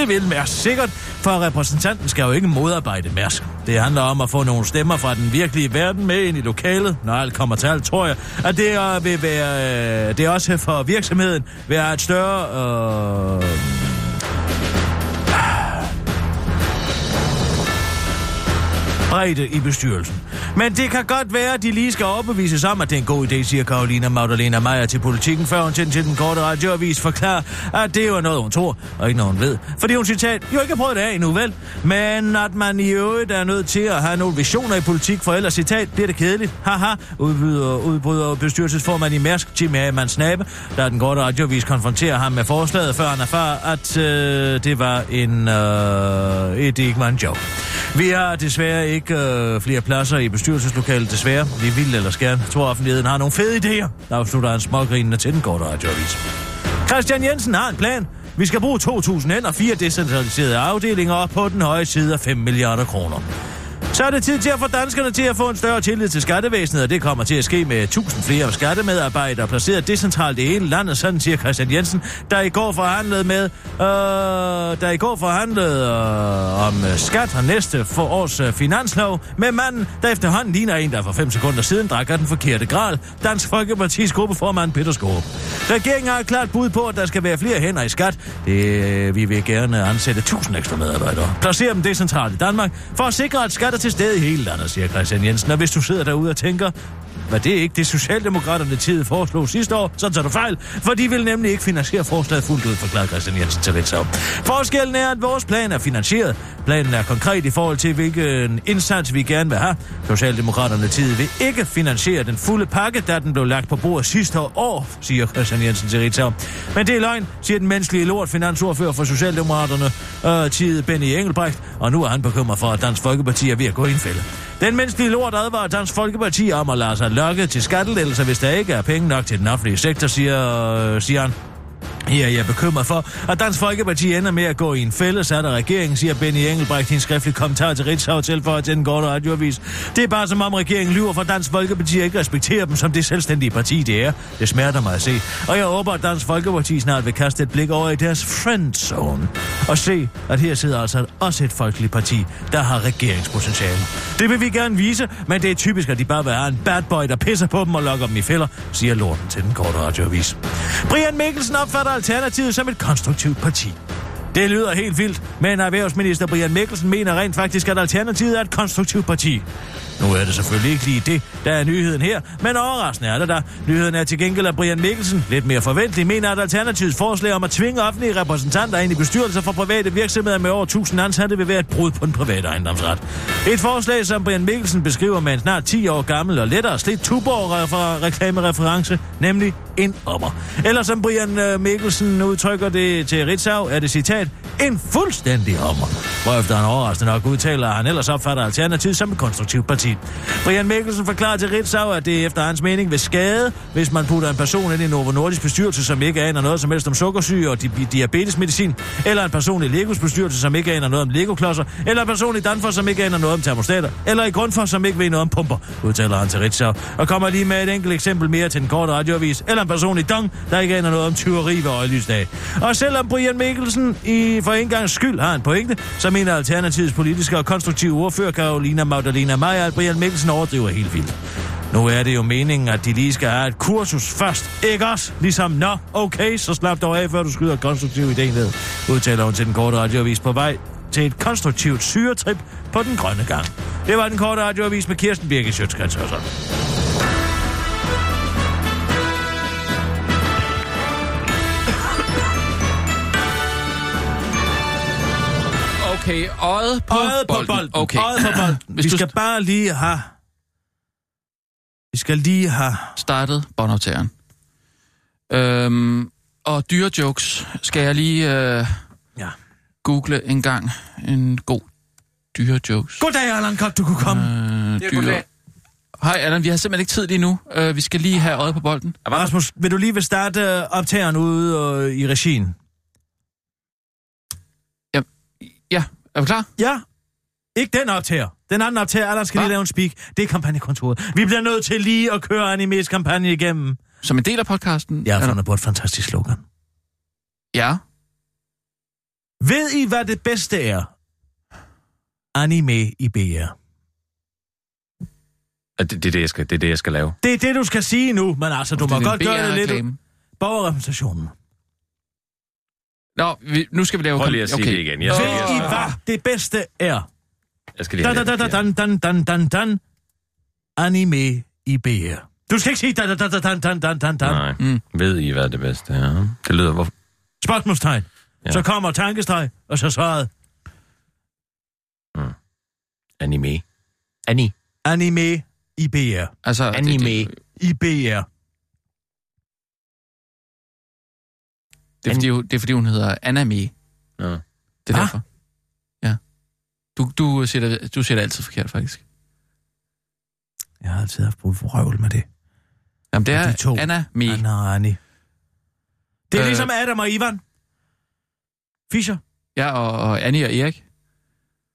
[SPEAKER 5] det vil Mærsk sikkert, for repræsentanten skal jo ikke modarbejde Mærsk. Det handler om at få nogle stemmer fra den virkelige verden med ind i lokalet. Når alt kommer til alt, tror jeg, at det øh, vil være, øh, det også for virksomheden være et større... Øh, bredde i bestyrelsen. Men det kan godt være, at de lige skal overbevises om, at det er en god idé, siger Karolina Magdalena Meier til politikken, før hun til, til den korte radioavis forklarer, at det jo er noget, hun tror, og ikke noget, hun ved. Fordi hun, citat, jo ikke har prøvet det af endnu, vel? Men at man i øvrigt er nødt til at have nogle visioner i politik, for ellers, citat, bliver det kedeligt. Haha, udbyder, udbryder bestyrelsesformand i Mærsk, Jim Hagemann Snabe, der den korte radioavis konfronterer ham med forslaget, før han erfarer, at øh, det var en... Øh, et, det ikke var en joke. Vi har desværre ikke øh, flere pladser i bestyrelseslokalet, desværre. Vi vil ellers gerne. Jeg tror, offentligheden har nogle fede idéer. Der afslutter han smågrinende til den korte radioavis. Christian Jensen har en plan. Vi skal bruge 2.000 hænder, fire decentraliserede afdelinger og på den høje side af 5 milliarder kroner. Så er det tid til at få danskerne til at få en større tillid til skattevæsenet, og det kommer til at ske med 1000 flere skattemedarbejdere placeret decentralt i hele landet, sådan siger Christian Jensen, der i går forhandlede med, øh, der i går forhandlede øh, om øh, skat og næste for års øh, finanslov med manden, der efterhånden ligner en, der for 5 sekunder siden drak af den forkerte gral, Dansk Folkepartis gruppeformand Peter Skåb. Regeringen har et klart bud på, at der skal være flere hænder i skat. øh, Det, vi vil gerne ansætte 1000 ekstra medarbejdere. Placere dem decentralt i Danmark for at sikre, at skat og til stede i hele landet, siger Christian Jensen. Og hvis du sidder derude og tænker, var det ikke det Socialdemokraterne tid foreslog sidste år, så tager du fejl, for de vil nemlig ikke finansiere forslaget fuldt ud, forklarer Christian Jensen til Ritzau. Forskellen er, at vores plan er finansieret. Planen er konkret i forhold til, hvilken indsats vi gerne vil have. Socialdemokraterne tid vil ikke finansiere den fulde pakke, da den blev lagt på bordet sidste år, siger Christian Jensen til Ritzau. Men det er løgn, siger den menneskelige lort finansordfører for Socialdemokraterne, øh, tid Benny Engelbrecht, og nu er han bekymret for, at Dansk Folkeparti er ved at gå i en fælde. Den menneskelige lort advarer Dansk Folkeparti om at lade sig lokke til skattelettelser, hvis der ikke er penge nok til den offentlige sektor, siger, øh, siger han. Her er jeg bekymret for, at Dansk Folkeparti ender med at gå i en fælles af regeringen, siger Benny Engelbrecht i en skriftlig kommentar til Ritzau til for at den korte radioavis. Det er bare som om regeringen lyver for Dansk Folkeparti ikke respekterer dem som det selvstændige parti, det er. Det smerter mig at se. Og jeg håber, at Dansk Folkeparti snart vil kaste et blik over i deres friendzone. Og se, at her sidder altså også et folkeligt parti, der har regeringspotentiale. Det vil vi gerne vise, men det er typisk, at de bare vil have en bad boy, der pisser på dem og lokker dem i fælder, siger lorten til den korte radioavis. Brian Mikkelsen opfatter Alternativet som et konstruktivt parti. Det lyder helt vildt, men erhvervsminister Brian Mikkelsen mener rent faktisk, at Alternativet er et konstruktivt parti. Nu er det selvfølgelig ikke lige det, der er nyheden her, men overraskende er det der. Nyheden er til gengæld, at Brian Mikkelsen, lidt mere forventelig, mener, at Alternativets forslag om at tvinge offentlige repræsentanter ind i bestyrelser for private virksomheder med over 1000 ansatte vil være et brud på den private ejendomsret. Et forslag, som Brian Mikkelsen beskriver med en snart 10 år gammel og lettere slidt tuborg fra reklamereference, nemlig en ommer. Eller som Brian øh, Mikkelsen udtrykker det til Ritzau, er det citat, en fuldstændig ommer. Hvorefter han overraskende nok udtaler, at han ellers opfatter Alternativet som et konstruktivt parti. Brian Mikkelsen forklarer til Ritzau, at det efter hans mening vil skade, hvis man putter en person ind i en Novo Nordisk bestyrelse, som ikke aner noget som helst om sukkersyge og di- diabetesmedicin, eller en person i Legos bestyrelse, som ikke aner noget om Lego-klodser, eller en person i Danfoss, som ikke aner noget om termostater, eller i Grundfos, som ikke ved noget om pumper, udtaler han til Ritzau, og kommer lige med et enkelt eksempel mere til den korte radioavis, eller en person i Dong, der ikke aner noget om tyveri ved øjelysdag. Og selvom Brian Mikkelsen i for en gang skyld har en pointe, så mener Alternativets politiske og konstruktive ordfører Karolina Magdalena Meyer, at Brian Mikkelsen overdriver helt vildt. Nu er det jo meningen, at de lige skal have et kursus først, ikke også? Ligesom, nå, okay, så slap dog af, før du skyder konstruktiv idé ned, udtaler hun til den korte radioavis på vej til et konstruktivt syretrip på den grønne gang. Det var den korte radioavis med Kirsten Birke Sjøtskrets og sådan.
[SPEAKER 2] Okay, øjet på,
[SPEAKER 5] Øjet på bolden.
[SPEAKER 2] Okay.
[SPEAKER 5] Øjet på bolden.
[SPEAKER 2] Hvis
[SPEAKER 5] vi
[SPEAKER 2] du
[SPEAKER 5] skal bare lige have... Vi skal lige have...
[SPEAKER 2] startede båndoptageren. Øhm, og dyrejokes skal jeg lige øh,
[SPEAKER 5] Ja.
[SPEAKER 2] google en gang. En god dyrejokes.
[SPEAKER 5] Goddag, Allan, godt du kunne komme.
[SPEAKER 2] Øh, dyre... Hej Allan, vi har simpelthen ikke tid lige nu. Øh, vi skal lige have øjet på bolden.
[SPEAKER 5] Øh. Rasmus, vil du lige vil starte øh, optageren ude øh, i regien?
[SPEAKER 2] Ja, er du klar?
[SPEAKER 5] Ja. Ikke den optager. Den anden optager, Allan skal
[SPEAKER 2] Hva?
[SPEAKER 5] lige lave en speak. Det er kampagnekontoret. Vi bliver nødt til lige at køre Animes kampagne igennem.
[SPEAKER 2] Som en del af podcasten?
[SPEAKER 5] Jeg har
[SPEAKER 2] er der-
[SPEAKER 5] fundet på et fantastisk slogan.
[SPEAKER 2] Ja.
[SPEAKER 5] Ved I, hvad det bedste er? Anime i BR.
[SPEAKER 9] Det, det, er det, jeg skal, det er det, jeg skal lave.
[SPEAKER 5] Det er det, du skal sige nu, men altså, du må
[SPEAKER 2] Det er en
[SPEAKER 5] godt gøre det lidt.
[SPEAKER 2] BR-reklame.
[SPEAKER 5] Borgerrepræsentationen.
[SPEAKER 2] Nå, vi, nu skal vi lave...
[SPEAKER 9] Prøv lige at sige
[SPEAKER 2] okay.
[SPEAKER 9] det igen. Jeg skal,
[SPEAKER 5] Ved I, hvad det bedste er?
[SPEAKER 9] jeg skal lige
[SPEAKER 5] Da,
[SPEAKER 9] have
[SPEAKER 5] da, da, da,
[SPEAKER 9] det.
[SPEAKER 5] dan, dan, dan, dan, dan. Anime i BR. Du skal ikke sige da, da, da, da, dan, dan, dan, dan, dan.
[SPEAKER 9] Nej.
[SPEAKER 2] Mm.
[SPEAKER 9] Ved I, hvad det bedste er? Det lyder... Hvor...
[SPEAKER 5] Spørgsmålstegn.
[SPEAKER 9] Ja.
[SPEAKER 5] Så kommer tankestreg, og så svaret.
[SPEAKER 9] Mm. Anime. Anime.
[SPEAKER 5] Anime i BR.
[SPEAKER 2] Altså, det-
[SPEAKER 9] Anime.
[SPEAKER 2] Det, det,
[SPEAKER 5] I BR.
[SPEAKER 2] det, er, fordi, hun- det er fordi, hun hedder Anami.
[SPEAKER 9] Nå.
[SPEAKER 2] Det er
[SPEAKER 5] Ah.
[SPEAKER 2] derfor. Ja. Du, du, siger det, du siger det altid forkert, faktisk.
[SPEAKER 5] Jeg har altid haft brug for røvl med det.
[SPEAKER 2] Jamen, det
[SPEAKER 5] Og
[SPEAKER 2] er
[SPEAKER 5] de to.
[SPEAKER 2] Anna Mi.
[SPEAKER 5] Anna og Annie. Det er
[SPEAKER 2] Øh.
[SPEAKER 5] ligesom Adam og Ivan. Fischer.
[SPEAKER 2] Ja, og, og Annie og Erik.
[SPEAKER 5] Ah,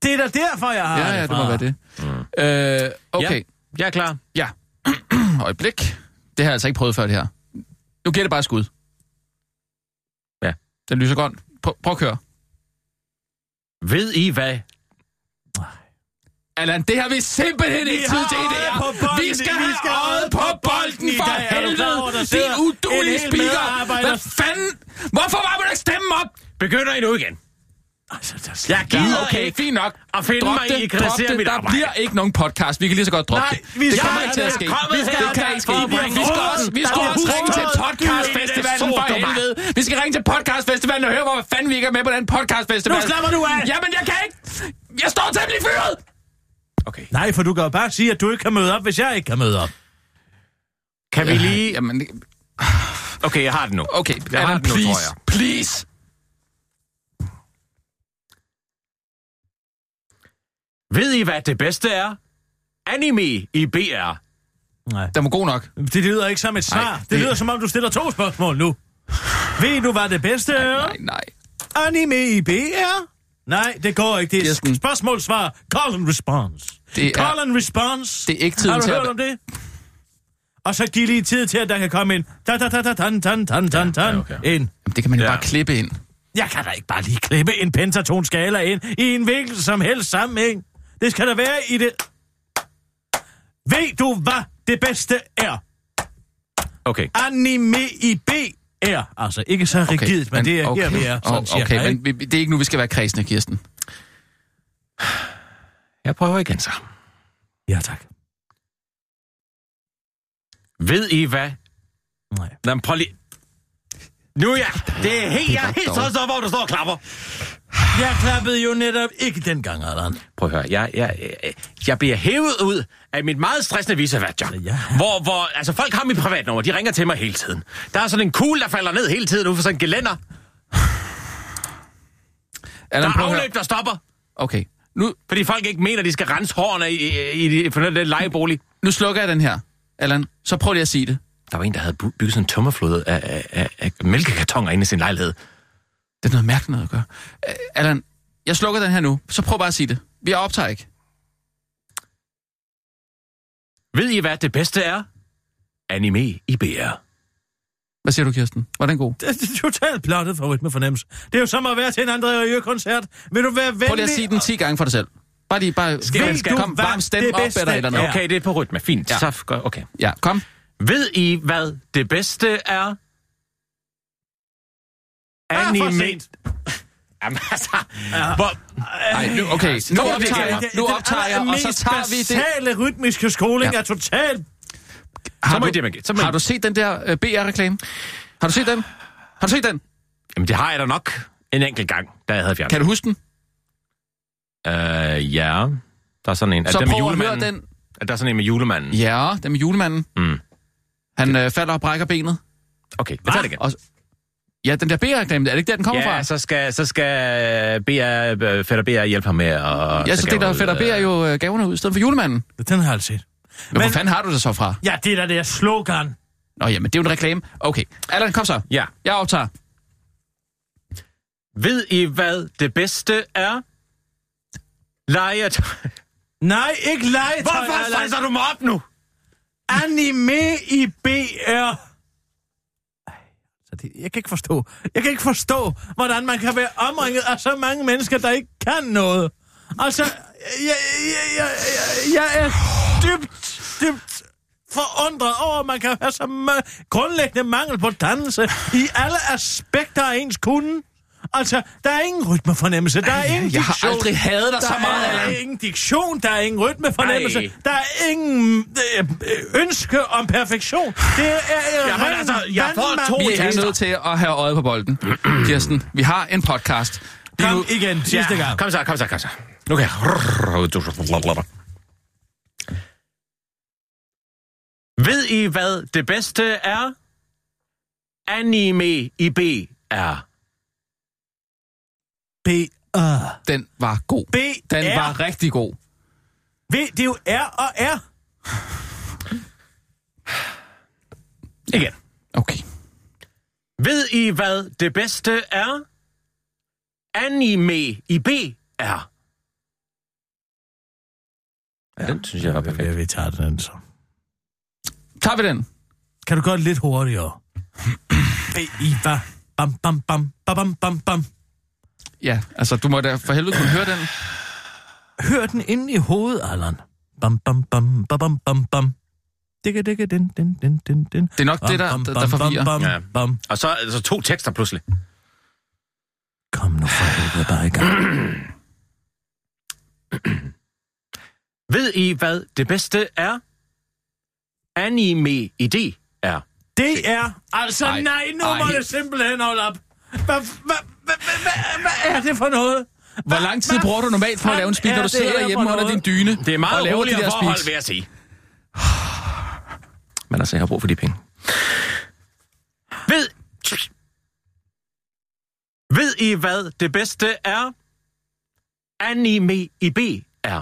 [SPEAKER 5] Det er da derfor, jeg har
[SPEAKER 2] Ja, ja, det må
[SPEAKER 5] fra.
[SPEAKER 2] være det. Mm. Øh, okay,
[SPEAKER 9] Jeg er klar.
[SPEAKER 2] ja. øjeblik. Det har jeg altså ikke prøvet før, det her. Nu giver det bare et skud.
[SPEAKER 9] Ja.
[SPEAKER 2] Den lyser godt. Prøv, prøv at køre.
[SPEAKER 9] Ved I, hvad
[SPEAKER 2] Allan, det har vi simpelthen
[SPEAKER 5] Vi
[SPEAKER 2] ikke tid
[SPEAKER 5] har
[SPEAKER 2] til i det
[SPEAKER 5] øjet
[SPEAKER 2] her.
[SPEAKER 5] på bolden.
[SPEAKER 2] Vi skal
[SPEAKER 5] Vi
[SPEAKER 2] have
[SPEAKER 5] skal have
[SPEAKER 2] øjet på bolden
[SPEAKER 5] i
[SPEAKER 2] for
[SPEAKER 5] dag. Er du klar over, der
[SPEAKER 2] helvede.
[SPEAKER 5] sidder
[SPEAKER 2] Din uduelige
[SPEAKER 5] en hel
[SPEAKER 2] speaker.
[SPEAKER 5] medarbejder-
[SPEAKER 2] Hvad fanden? Hvorfor var man ikke stemme op?
[SPEAKER 9] begynder I nu igen?
[SPEAKER 5] Altså,
[SPEAKER 2] Jeg gider okay. ikke. Fint nok.
[SPEAKER 9] At finde
[SPEAKER 2] drop
[SPEAKER 9] mig
[SPEAKER 2] det,
[SPEAKER 9] i at
[SPEAKER 2] drop
[SPEAKER 9] kritisere
[SPEAKER 2] det.
[SPEAKER 9] mit
[SPEAKER 2] Der
[SPEAKER 9] arbejde.
[SPEAKER 2] bliver ikke nogen podcast. Vi kan lige så godt droppe
[SPEAKER 5] Nej,
[SPEAKER 2] det.
[SPEAKER 5] vi
[SPEAKER 2] det
[SPEAKER 5] skal-
[SPEAKER 2] kommer
[SPEAKER 5] Ja,
[SPEAKER 2] ikke til at
[SPEAKER 5] det er
[SPEAKER 2] ske.
[SPEAKER 5] kommet
[SPEAKER 2] Vi skal,
[SPEAKER 5] her,
[SPEAKER 2] det kan
[SPEAKER 5] der
[SPEAKER 2] ikke ske.
[SPEAKER 5] er kommet
[SPEAKER 2] Vi skal
[SPEAKER 5] råd.
[SPEAKER 2] også, vi
[SPEAKER 5] Der
[SPEAKER 2] skal
[SPEAKER 5] er
[SPEAKER 2] også
[SPEAKER 5] råd.
[SPEAKER 2] ringe til podcastfestivalen for
[SPEAKER 5] Sodoma.
[SPEAKER 2] helvede. Vi skal ringe til podcastfestivalen og høre, hvorfor fanden vi ikke er med på den podcastfestival.
[SPEAKER 5] Nu slapper du af.
[SPEAKER 2] Jamen, jeg kan ikke. Jeg står til at blive fyret. Okay.
[SPEAKER 5] Nej, for du kan jo bare sige, at du ikke kan møde op, hvis jeg ikke kan møde op.
[SPEAKER 9] Kan vi lige...
[SPEAKER 2] Jamen,
[SPEAKER 9] Okay, jeg har den nu.
[SPEAKER 2] okay.
[SPEAKER 9] Jeg har den
[SPEAKER 2] Allan,
[SPEAKER 9] nu, tror
[SPEAKER 2] please,
[SPEAKER 9] jeg.
[SPEAKER 2] please.
[SPEAKER 9] Ved I, hvad det bedste er? Anime i BR.
[SPEAKER 5] Nej.
[SPEAKER 2] Den var god nok.
[SPEAKER 5] Det lyder ikke som et svar.
[SPEAKER 2] Nej,
[SPEAKER 5] Nej, det...
[SPEAKER 2] det-
[SPEAKER 5] det lyder som om, du stiller to spørgsmål nu. Ved du, hvad det bedste er?
[SPEAKER 2] Nej, nej.
[SPEAKER 5] Anime i BR? Nej, det går ikke. Det er
[SPEAKER 2] Kirsten.
[SPEAKER 5] sk- spørgsmål, svar, call and response.
[SPEAKER 2] Det er-
[SPEAKER 5] call and response.
[SPEAKER 2] det er ikke tiden
[SPEAKER 5] Har du
[SPEAKER 2] til at-
[SPEAKER 5] hørt om det? Og så giv lige tid til, at der kan komme en... Da, da, da, da, tan, tan, tan, tan, tan,
[SPEAKER 9] ja, okay.
[SPEAKER 5] En.
[SPEAKER 2] Jamen, det kan man jo
[SPEAKER 9] Ja.
[SPEAKER 2] bare klippe ind.
[SPEAKER 5] Jeg kan da ikke bare lige klippe en pentatonskala ind i en vinkel som helst sammenhæng. Det skal der være i det... Ved du, hvad det bedste er?
[SPEAKER 9] Okay.
[SPEAKER 5] Anime i BR. Altså, ikke så rigidt, okay, men, det er okay. her, vi er. Sådan
[SPEAKER 2] okay,
[SPEAKER 5] cirka,
[SPEAKER 2] okay,
[SPEAKER 5] ikke?
[SPEAKER 2] men vi- vi- det er ikke nu, vi skal være kredsende, Kirsten.
[SPEAKER 9] Jeg prøver igen så.
[SPEAKER 5] Ja, tak.
[SPEAKER 9] Ved I, hvad
[SPEAKER 5] Nej.
[SPEAKER 9] Lad mig prøve lige... Nu ja, det er helt, jeg er
[SPEAKER 2] var
[SPEAKER 9] helt
[SPEAKER 2] dårligt.
[SPEAKER 9] tosset op, hvor du står og klapper.
[SPEAKER 5] Jeg klappede jo netop ikke dengang, Allan.
[SPEAKER 9] Prøv at høre, jeg, jeg, jeg, jeg bliver hævet ud af mit meget stressende viserværtjob.
[SPEAKER 5] Ja.
[SPEAKER 9] Hvor, hvor, altså folk har mit privatnummer, de ringer til mig hele tiden. Der er sådan en kugle, der falder ned hele tiden ud for sådan en gelænder. Der
[SPEAKER 2] Allan,
[SPEAKER 9] er
[SPEAKER 2] prøv at høre.
[SPEAKER 9] afløb, der stopper.
[SPEAKER 2] Okay, nu,
[SPEAKER 9] Fordi folk ikke mener, de skal rense hårene i, i, i, i for den der lejebolig.
[SPEAKER 2] nu slukker jeg den her, Allan. Så prøv lige at sige det.
[SPEAKER 9] Der var en, der havde bu- bygget sådan en tømmerflod af, af, af, af mælkekartoner inde i sin lejlighed.
[SPEAKER 2] Det er noget mærkeligt noget at gøre. Øh, Allan, jeg slukker den her nu, så prøv bare at sige det. Vi optager ikke.
[SPEAKER 9] Ved I, hvad det bedste er? Anime i BR.
[SPEAKER 2] Hvad siger du, Kirsten? Var den god?
[SPEAKER 5] Det er totalt blottet for rytme fornemmelse. Det er jo som at være til en André Øje-koncert. Vil du være venlig?
[SPEAKER 2] Prøv lige at sige den 10 gange for dig selv. Bare lige, bare,
[SPEAKER 5] Skal man- skal-
[SPEAKER 2] kom,
[SPEAKER 5] hvad
[SPEAKER 2] varm stemme
[SPEAKER 5] det
[SPEAKER 2] op
[SPEAKER 5] bedste
[SPEAKER 2] eller et eller andet.
[SPEAKER 5] er?
[SPEAKER 2] Okay.
[SPEAKER 9] Okay, det er på rytme. Fint.
[SPEAKER 2] Ja.
[SPEAKER 9] Ja. Så, gør- okay.
[SPEAKER 2] Ja, kom.
[SPEAKER 9] Ved I, hvad det bedste er? Anime...
[SPEAKER 5] Ah, for sent.
[SPEAKER 9] Jamen altså... Ja. Hvor...
[SPEAKER 2] Nej, nu, okay. Nu
[SPEAKER 9] det
[SPEAKER 2] optager
[SPEAKER 9] virker
[SPEAKER 2] jeg, nu optager jeg, og så tager vi det.
[SPEAKER 5] basale rytmiske skoling
[SPEAKER 2] Ja.
[SPEAKER 5] ja. er totalt...
[SPEAKER 9] Så
[SPEAKER 2] Har
[SPEAKER 9] må
[SPEAKER 2] du,
[SPEAKER 9] I det, man kan- så må I-
[SPEAKER 2] har du set den der øh, BR-reklame? Har du set den? Har du set den?
[SPEAKER 9] Jamen, det har jeg da nok en enkelt gang, da jeg havde fjernet.
[SPEAKER 2] Kan du huske den?
[SPEAKER 9] Øh, ja. Der er sådan en... Er
[SPEAKER 2] Så
[SPEAKER 9] det den med
[SPEAKER 2] prøv at høre
[SPEAKER 9] julemanden?
[SPEAKER 2] den.
[SPEAKER 9] Er der sådan en med julemanden?
[SPEAKER 2] Ja, den med julemanden.
[SPEAKER 9] Mm.
[SPEAKER 2] Han øh, falder og brækker benet.
[SPEAKER 9] Okay, vi tager det igen.
[SPEAKER 2] Ah, Og, ja, den der BR-reklame, er det ikke der, den kommer fra?
[SPEAKER 9] Ja, så skal, så skal BR, øh, fætter BR hjælpe ham med at...
[SPEAKER 2] Ja, så
[SPEAKER 9] tage
[SPEAKER 2] det der
[SPEAKER 9] gaver ud,
[SPEAKER 2] fedt og beder
[SPEAKER 9] øh.
[SPEAKER 2] jo øh, gaverne ud, i stedet for julemanden. Men,
[SPEAKER 5] Den har jeg set.
[SPEAKER 2] Men hvor
[SPEAKER 5] Men-
[SPEAKER 2] fanden har du det så fra?
[SPEAKER 5] Ja, det er da det er slogan.
[SPEAKER 2] Nå, jamen, det er jo en reklame. Okay, Allan, kom så.
[SPEAKER 9] Ja.
[SPEAKER 2] Jeg optager.
[SPEAKER 9] Ved I, hvad det bedste er? Lejet.
[SPEAKER 5] Nej, ikke legetøj.
[SPEAKER 9] Hvorfor
[SPEAKER 5] Allan.
[SPEAKER 9] stresser du mig op nu?
[SPEAKER 5] Anime i BR. Ej, Så det, jeg kan ikke forstå. Jeg kan ikke forstå, hvordan man kan være omringet af så mange mennesker, der ikke kan noget. Altså, jeg, jeg, jeg, jeg, jeg er dybt, dybt forundret over, at man kan have så ma- grundlæggende mangel på dannelse i alle aspekter af ens kunde. Altså, der er ingen rytmefornemmelse, der er ingen
[SPEAKER 2] Jeg har
[SPEAKER 5] diktion.
[SPEAKER 2] aldrig hadet dig
[SPEAKER 5] Der
[SPEAKER 2] så meget,
[SPEAKER 5] er
[SPEAKER 2] Allan.
[SPEAKER 5] ingen diktion, der er ingen rytmefornemmelse,
[SPEAKER 9] Ej.
[SPEAKER 5] der er ingen øh, øh, ønske om perfektion. Det er øh,
[SPEAKER 9] Jamen
[SPEAKER 5] ren
[SPEAKER 9] altså, jeg får
[SPEAKER 5] vandmand-
[SPEAKER 9] to
[SPEAKER 2] Vi
[SPEAKER 9] i
[SPEAKER 2] er nødt til at have øjet på bolden. Kirsten, vi har en podcast. Det er
[SPEAKER 5] Kom
[SPEAKER 2] nu,
[SPEAKER 5] igen, sidste
[SPEAKER 9] Ja,
[SPEAKER 5] gang.
[SPEAKER 9] Kom så, kom så, kom så. Nu kan jeg... Ved I, hvad det bedste er? Anime i B er...
[SPEAKER 5] BR.
[SPEAKER 2] den var god.
[SPEAKER 5] BR.
[SPEAKER 2] Den var rigtig god.
[SPEAKER 5] Ved, det er jo R og R.
[SPEAKER 9] Igen.
[SPEAKER 2] Okay.
[SPEAKER 9] Ved I, hvad det bedste er? Anime i B er... Ja, den synes jeg var perfekt.
[SPEAKER 5] vi tager den så.
[SPEAKER 2] Tager vi den?
[SPEAKER 5] Kan du gøre det lidt hurtigere? B-I-V-A. Bam, bam, bam, bam, bam, bam, bam.
[SPEAKER 2] Ja, altså, du må da for helvede kunne høre den.
[SPEAKER 5] Hør den inde i hovedet, Allan. Bam, bam, bam, bam, bam, bam, bam. Digga, digga, den, den, den, den, den.
[SPEAKER 2] Det er nok det, der- der- der forvirrer.
[SPEAKER 5] Bam, bam,
[SPEAKER 9] Ja.
[SPEAKER 5] bam, bam.
[SPEAKER 9] Og så, så to tekster pludselig.
[SPEAKER 5] Kom nu for løbet bare i gang.
[SPEAKER 9] Ved I, hvad det bedste er? Anime-idé er.
[SPEAKER 5] Det er... Altså,
[SPEAKER 9] Ej,
[SPEAKER 5] ej, nej, nu
[SPEAKER 9] ej.
[SPEAKER 5] ej. må det simpelthen holde op. Hvad hva, hva, hva, hva er det for noget?
[SPEAKER 2] Hvor lang tid bruger du normalt for at lave en speak, når du sidder hjemme under din dyne
[SPEAKER 9] Det er
[SPEAKER 2] og
[SPEAKER 9] meget
[SPEAKER 2] laver de
[SPEAKER 9] roligere
[SPEAKER 2] der
[SPEAKER 9] forhold, vil
[SPEAKER 2] speaks?
[SPEAKER 9] jeg sige.
[SPEAKER 2] Men altså, jeg har brug for de penge.
[SPEAKER 9] Ved... Ved I, hvad det bedste er? Anime i B er.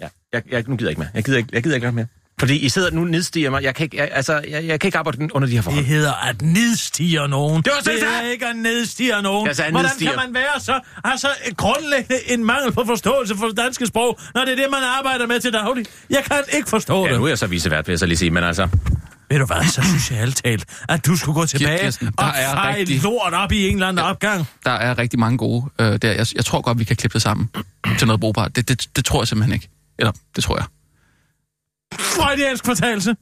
[SPEAKER 9] Ja, jeg, jeg, nu gider jeg ikke mere. Jeg gider ikke, jeg gider ikke mere. Fordi I sidder nu nedstiger mig. Jeg kan ikke, jeg, altså, jeg, jeg kan ikke arbejde under de her forhold.
[SPEAKER 5] Det hedder at nedstige nogen.
[SPEAKER 9] Det var det, jeg
[SPEAKER 5] det
[SPEAKER 9] sagde.
[SPEAKER 5] er ikke at nedstige nogen.
[SPEAKER 9] Jeg sagde
[SPEAKER 5] Hvordan
[SPEAKER 9] nedstiger.
[SPEAKER 5] kan man være så altså, grundlæggende en mangel på forståelse for det danske sprog, når det er det, man arbejder med til daglig? Jeg kan ikke forstå
[SPEAKER 9] Ja,
[SPEAKER 5] det.
[SPEAKER 9] nu er jeg så visevært, vil jeg så lige sige, men altså...
[SPEAKER 5] Ved du hvad, så synes jeg alt talt, at du skulle gå tilbage
[SPEAKER 2] Kirsten, der
[SPEAKER 5] og
[SPEAKER 2] er
[SPEAKER 5] feje
[SPEAKER 2] rigtig-
[SPEAKER 5] lort op i en eller anden opgang.
[SPEAKER 2] Der er rigtig mange gode øh, der. Jeg, jeg tror godt, vi kan klippe det sammen til noget brugbart. Det, det, det tror jeg simpelthen ikke. Eller, det tror jeg.
[SPEAKER 5] Freudiansk fortalelse.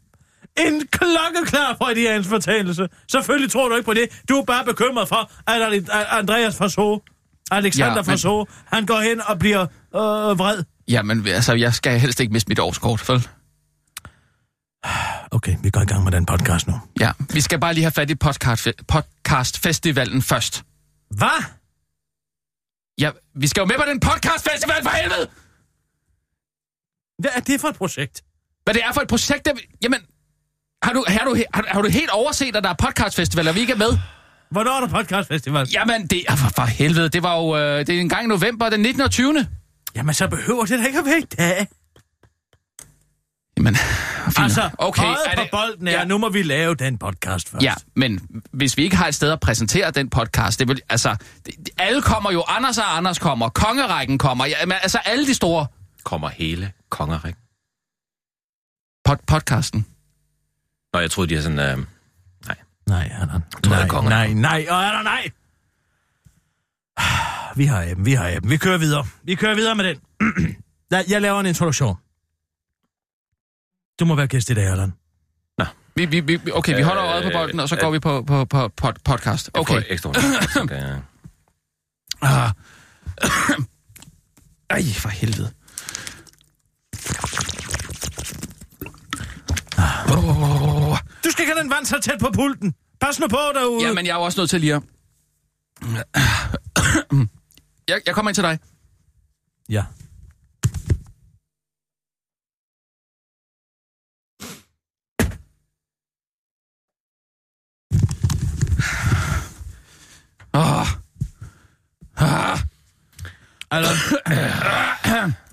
[SPEAKER 5] En klokkeklar freudiansk fortalelse. Selvfølgelig tror du ikke på det. Du er bare bekymret for, at Ale- at Andreas Faso, Alexander
[SPEAKER 2] Ja,
[SPEAKER 5] ja,
[SPEAKER 2] men-
[SPEAKER 5] Faso, han går hen og bliver øh, vred.
[SPEAKER 2] Jamen, altså, jeg skal helst ikke miste mit årskort, vel?
[SPEAKER 5] Okay, vi går i gang med den podcast nu.
[SPEAKER 2] Ja, vi skal bare lige have fat i podcast, podcastfestivalen først.
[SPEAKER 5] Hvad?
[SPEAKER 2] Ja, vi skal jo med på den podcastfestival for helvede!
[SPEAKER 5] Hvad er det for et projekt?
[SPEAKER 2] Hvad det er for et projekt, der... Jamen, har du, har, du, he- har, har du helt overset, at der er podcastfestival, og vi ikke er med?
[SPEAKER 5] Hvornår er der podcastfestival? Ja.
[SPEAKER 2] Jamen, det er for, for helvede. Det var jo øh, det er en gang i november, den 19. og 20.
[SPEAKER 5] Jamen, så behøver det da ikke at være i dag.
[SPEAKER 2] Jamen, fint.
[SPEAKER 5] Altså, okay,
[SPEAKER 2] okay,
[SPEAKER 5] øjet
[SPEAKER 2] er
[SPEAKER 5] på
[SPEAKER 2] det-
[SPEAKER 5] bolden er, ja.
[SPEAKER 2] Ja.
[SPEAKER 5] nu må vi lave den podcast først.
[SPEAKER 2] Ja, men hvis vi ikke har et sted at præsentere den podcast, det vil, altså, det, det- alle kommer jo, Anders og Anders kommer, Kongerækken kommer, ja, men, altså alle de store
[SPEAKER 9] Kommer hele kongerik.
[SPEAKER 2] pod- podcasten.
[SPEAKER 9] Nå, jeg troede, de er sådan... Øh...
[SPEAKER 5] Nej, Allan.
[SPEAKER 9] tror,
[SPEAKER 5] Nej,
[SPEAKER 9] jeg er konge.
[SPEAKER 5] nej, nej, og Allan, nej! Vi har aben, vi har aben. Vi kører videre. Vi kører videre med den. Nej, jeg laver en introduktion. Du må være gæst i dag, Allan.
[SPEAKER 2] Vi, vi, vi, okay, vi holder
[SPEAKER 5] Øh,
[SPEAKER 2] øjet på bolden, og så går vi på, på, på, på podcast. Okay.
[SPEAKER 9] Jeg får ekstra hånd. Så, øh...
[SPEAKER 2] Ah. Ej, for helvede. Oh.
[SPEAKER 5] Ah. Du skal ikke have den vand så tæt på pulten. Pas nu på derude.
[SPEAKER 2] Jamen, jeg er jo også nødt til lige at... Jeg, jeg kommer ind til dig.
[SPEAKER 5] Ja.
[SPEAKER 2] Oh.
[SPEAKER 5] Allan.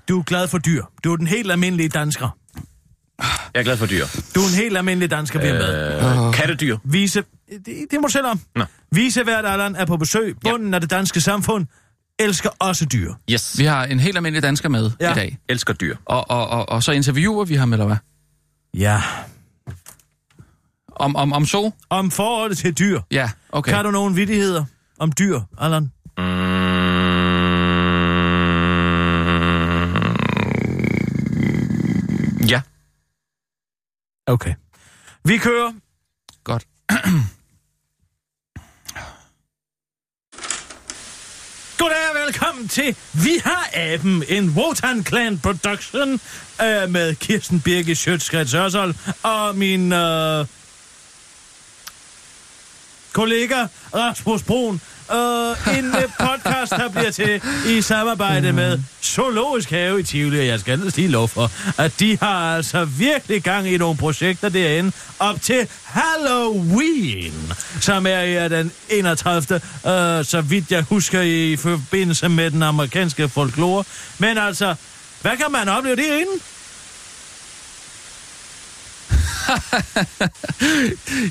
[SPEAKER 5] Du er glad for dyr. Du er den helt almindelige dansker.
[SPEAKER 9] Jeg er glad for dyr.
[SPEAKER 5] Du er en helt almindelig dansker, vi har med.
[SPEAKER 9] Øh... Kattedyr.
[SPEAKER 5] Vise, det, det må du selv om.
[SPEAKER 9] Nå.
[SPEAKER 5] Visevært Allan er på besøg. Bunden af det danske samfund elsker også dyr.
[SPEAKER 9] Yes.
[SPEAKER 2] Vi har en helt almindelig dansker med
[SPEAKER 5] Ja.
[SPEAKER 2] ja. i dag.
[SPEAKER 9] elsker dyr.
[SPEAKER 2] Og, og, og, og så interviewer vi ham, eller hvad?
[SPEAKER 5] Ja.
[SPEAKER 2] Om, om, om så?
[SPEAKER 5] Om forholdet til dyr.
[SPEAKER 2] Ja, okay.
[SPEAKER 5] Okay. Kan du nogle vittigheder om dyr, Allan?
[SPEAKER 9] Ja.
[SPEAKER 5] Okay. Vi kører.
[SPEAKER 2] Godt.
[SPEAKER 5] Goddag og velkommen til Vi har aben, en Wotan Clan Production øh, med Kirsten Birke Sjøtskrets Ørsol og min øh, kollega Rasmus Brun. Øh, en øh, podcast, der bliver til i samarbejde med Zoologisk Have i Tivoli, og jeg skal ellers lige lov for, at de har altså virkelig gang i nogle projekter derinde op til Halloween, som er ja, den 31. Øh, så vidt jeg husker i forbindelse med den amerikanske folklore. Men altså, hvad kan man opleve derinde?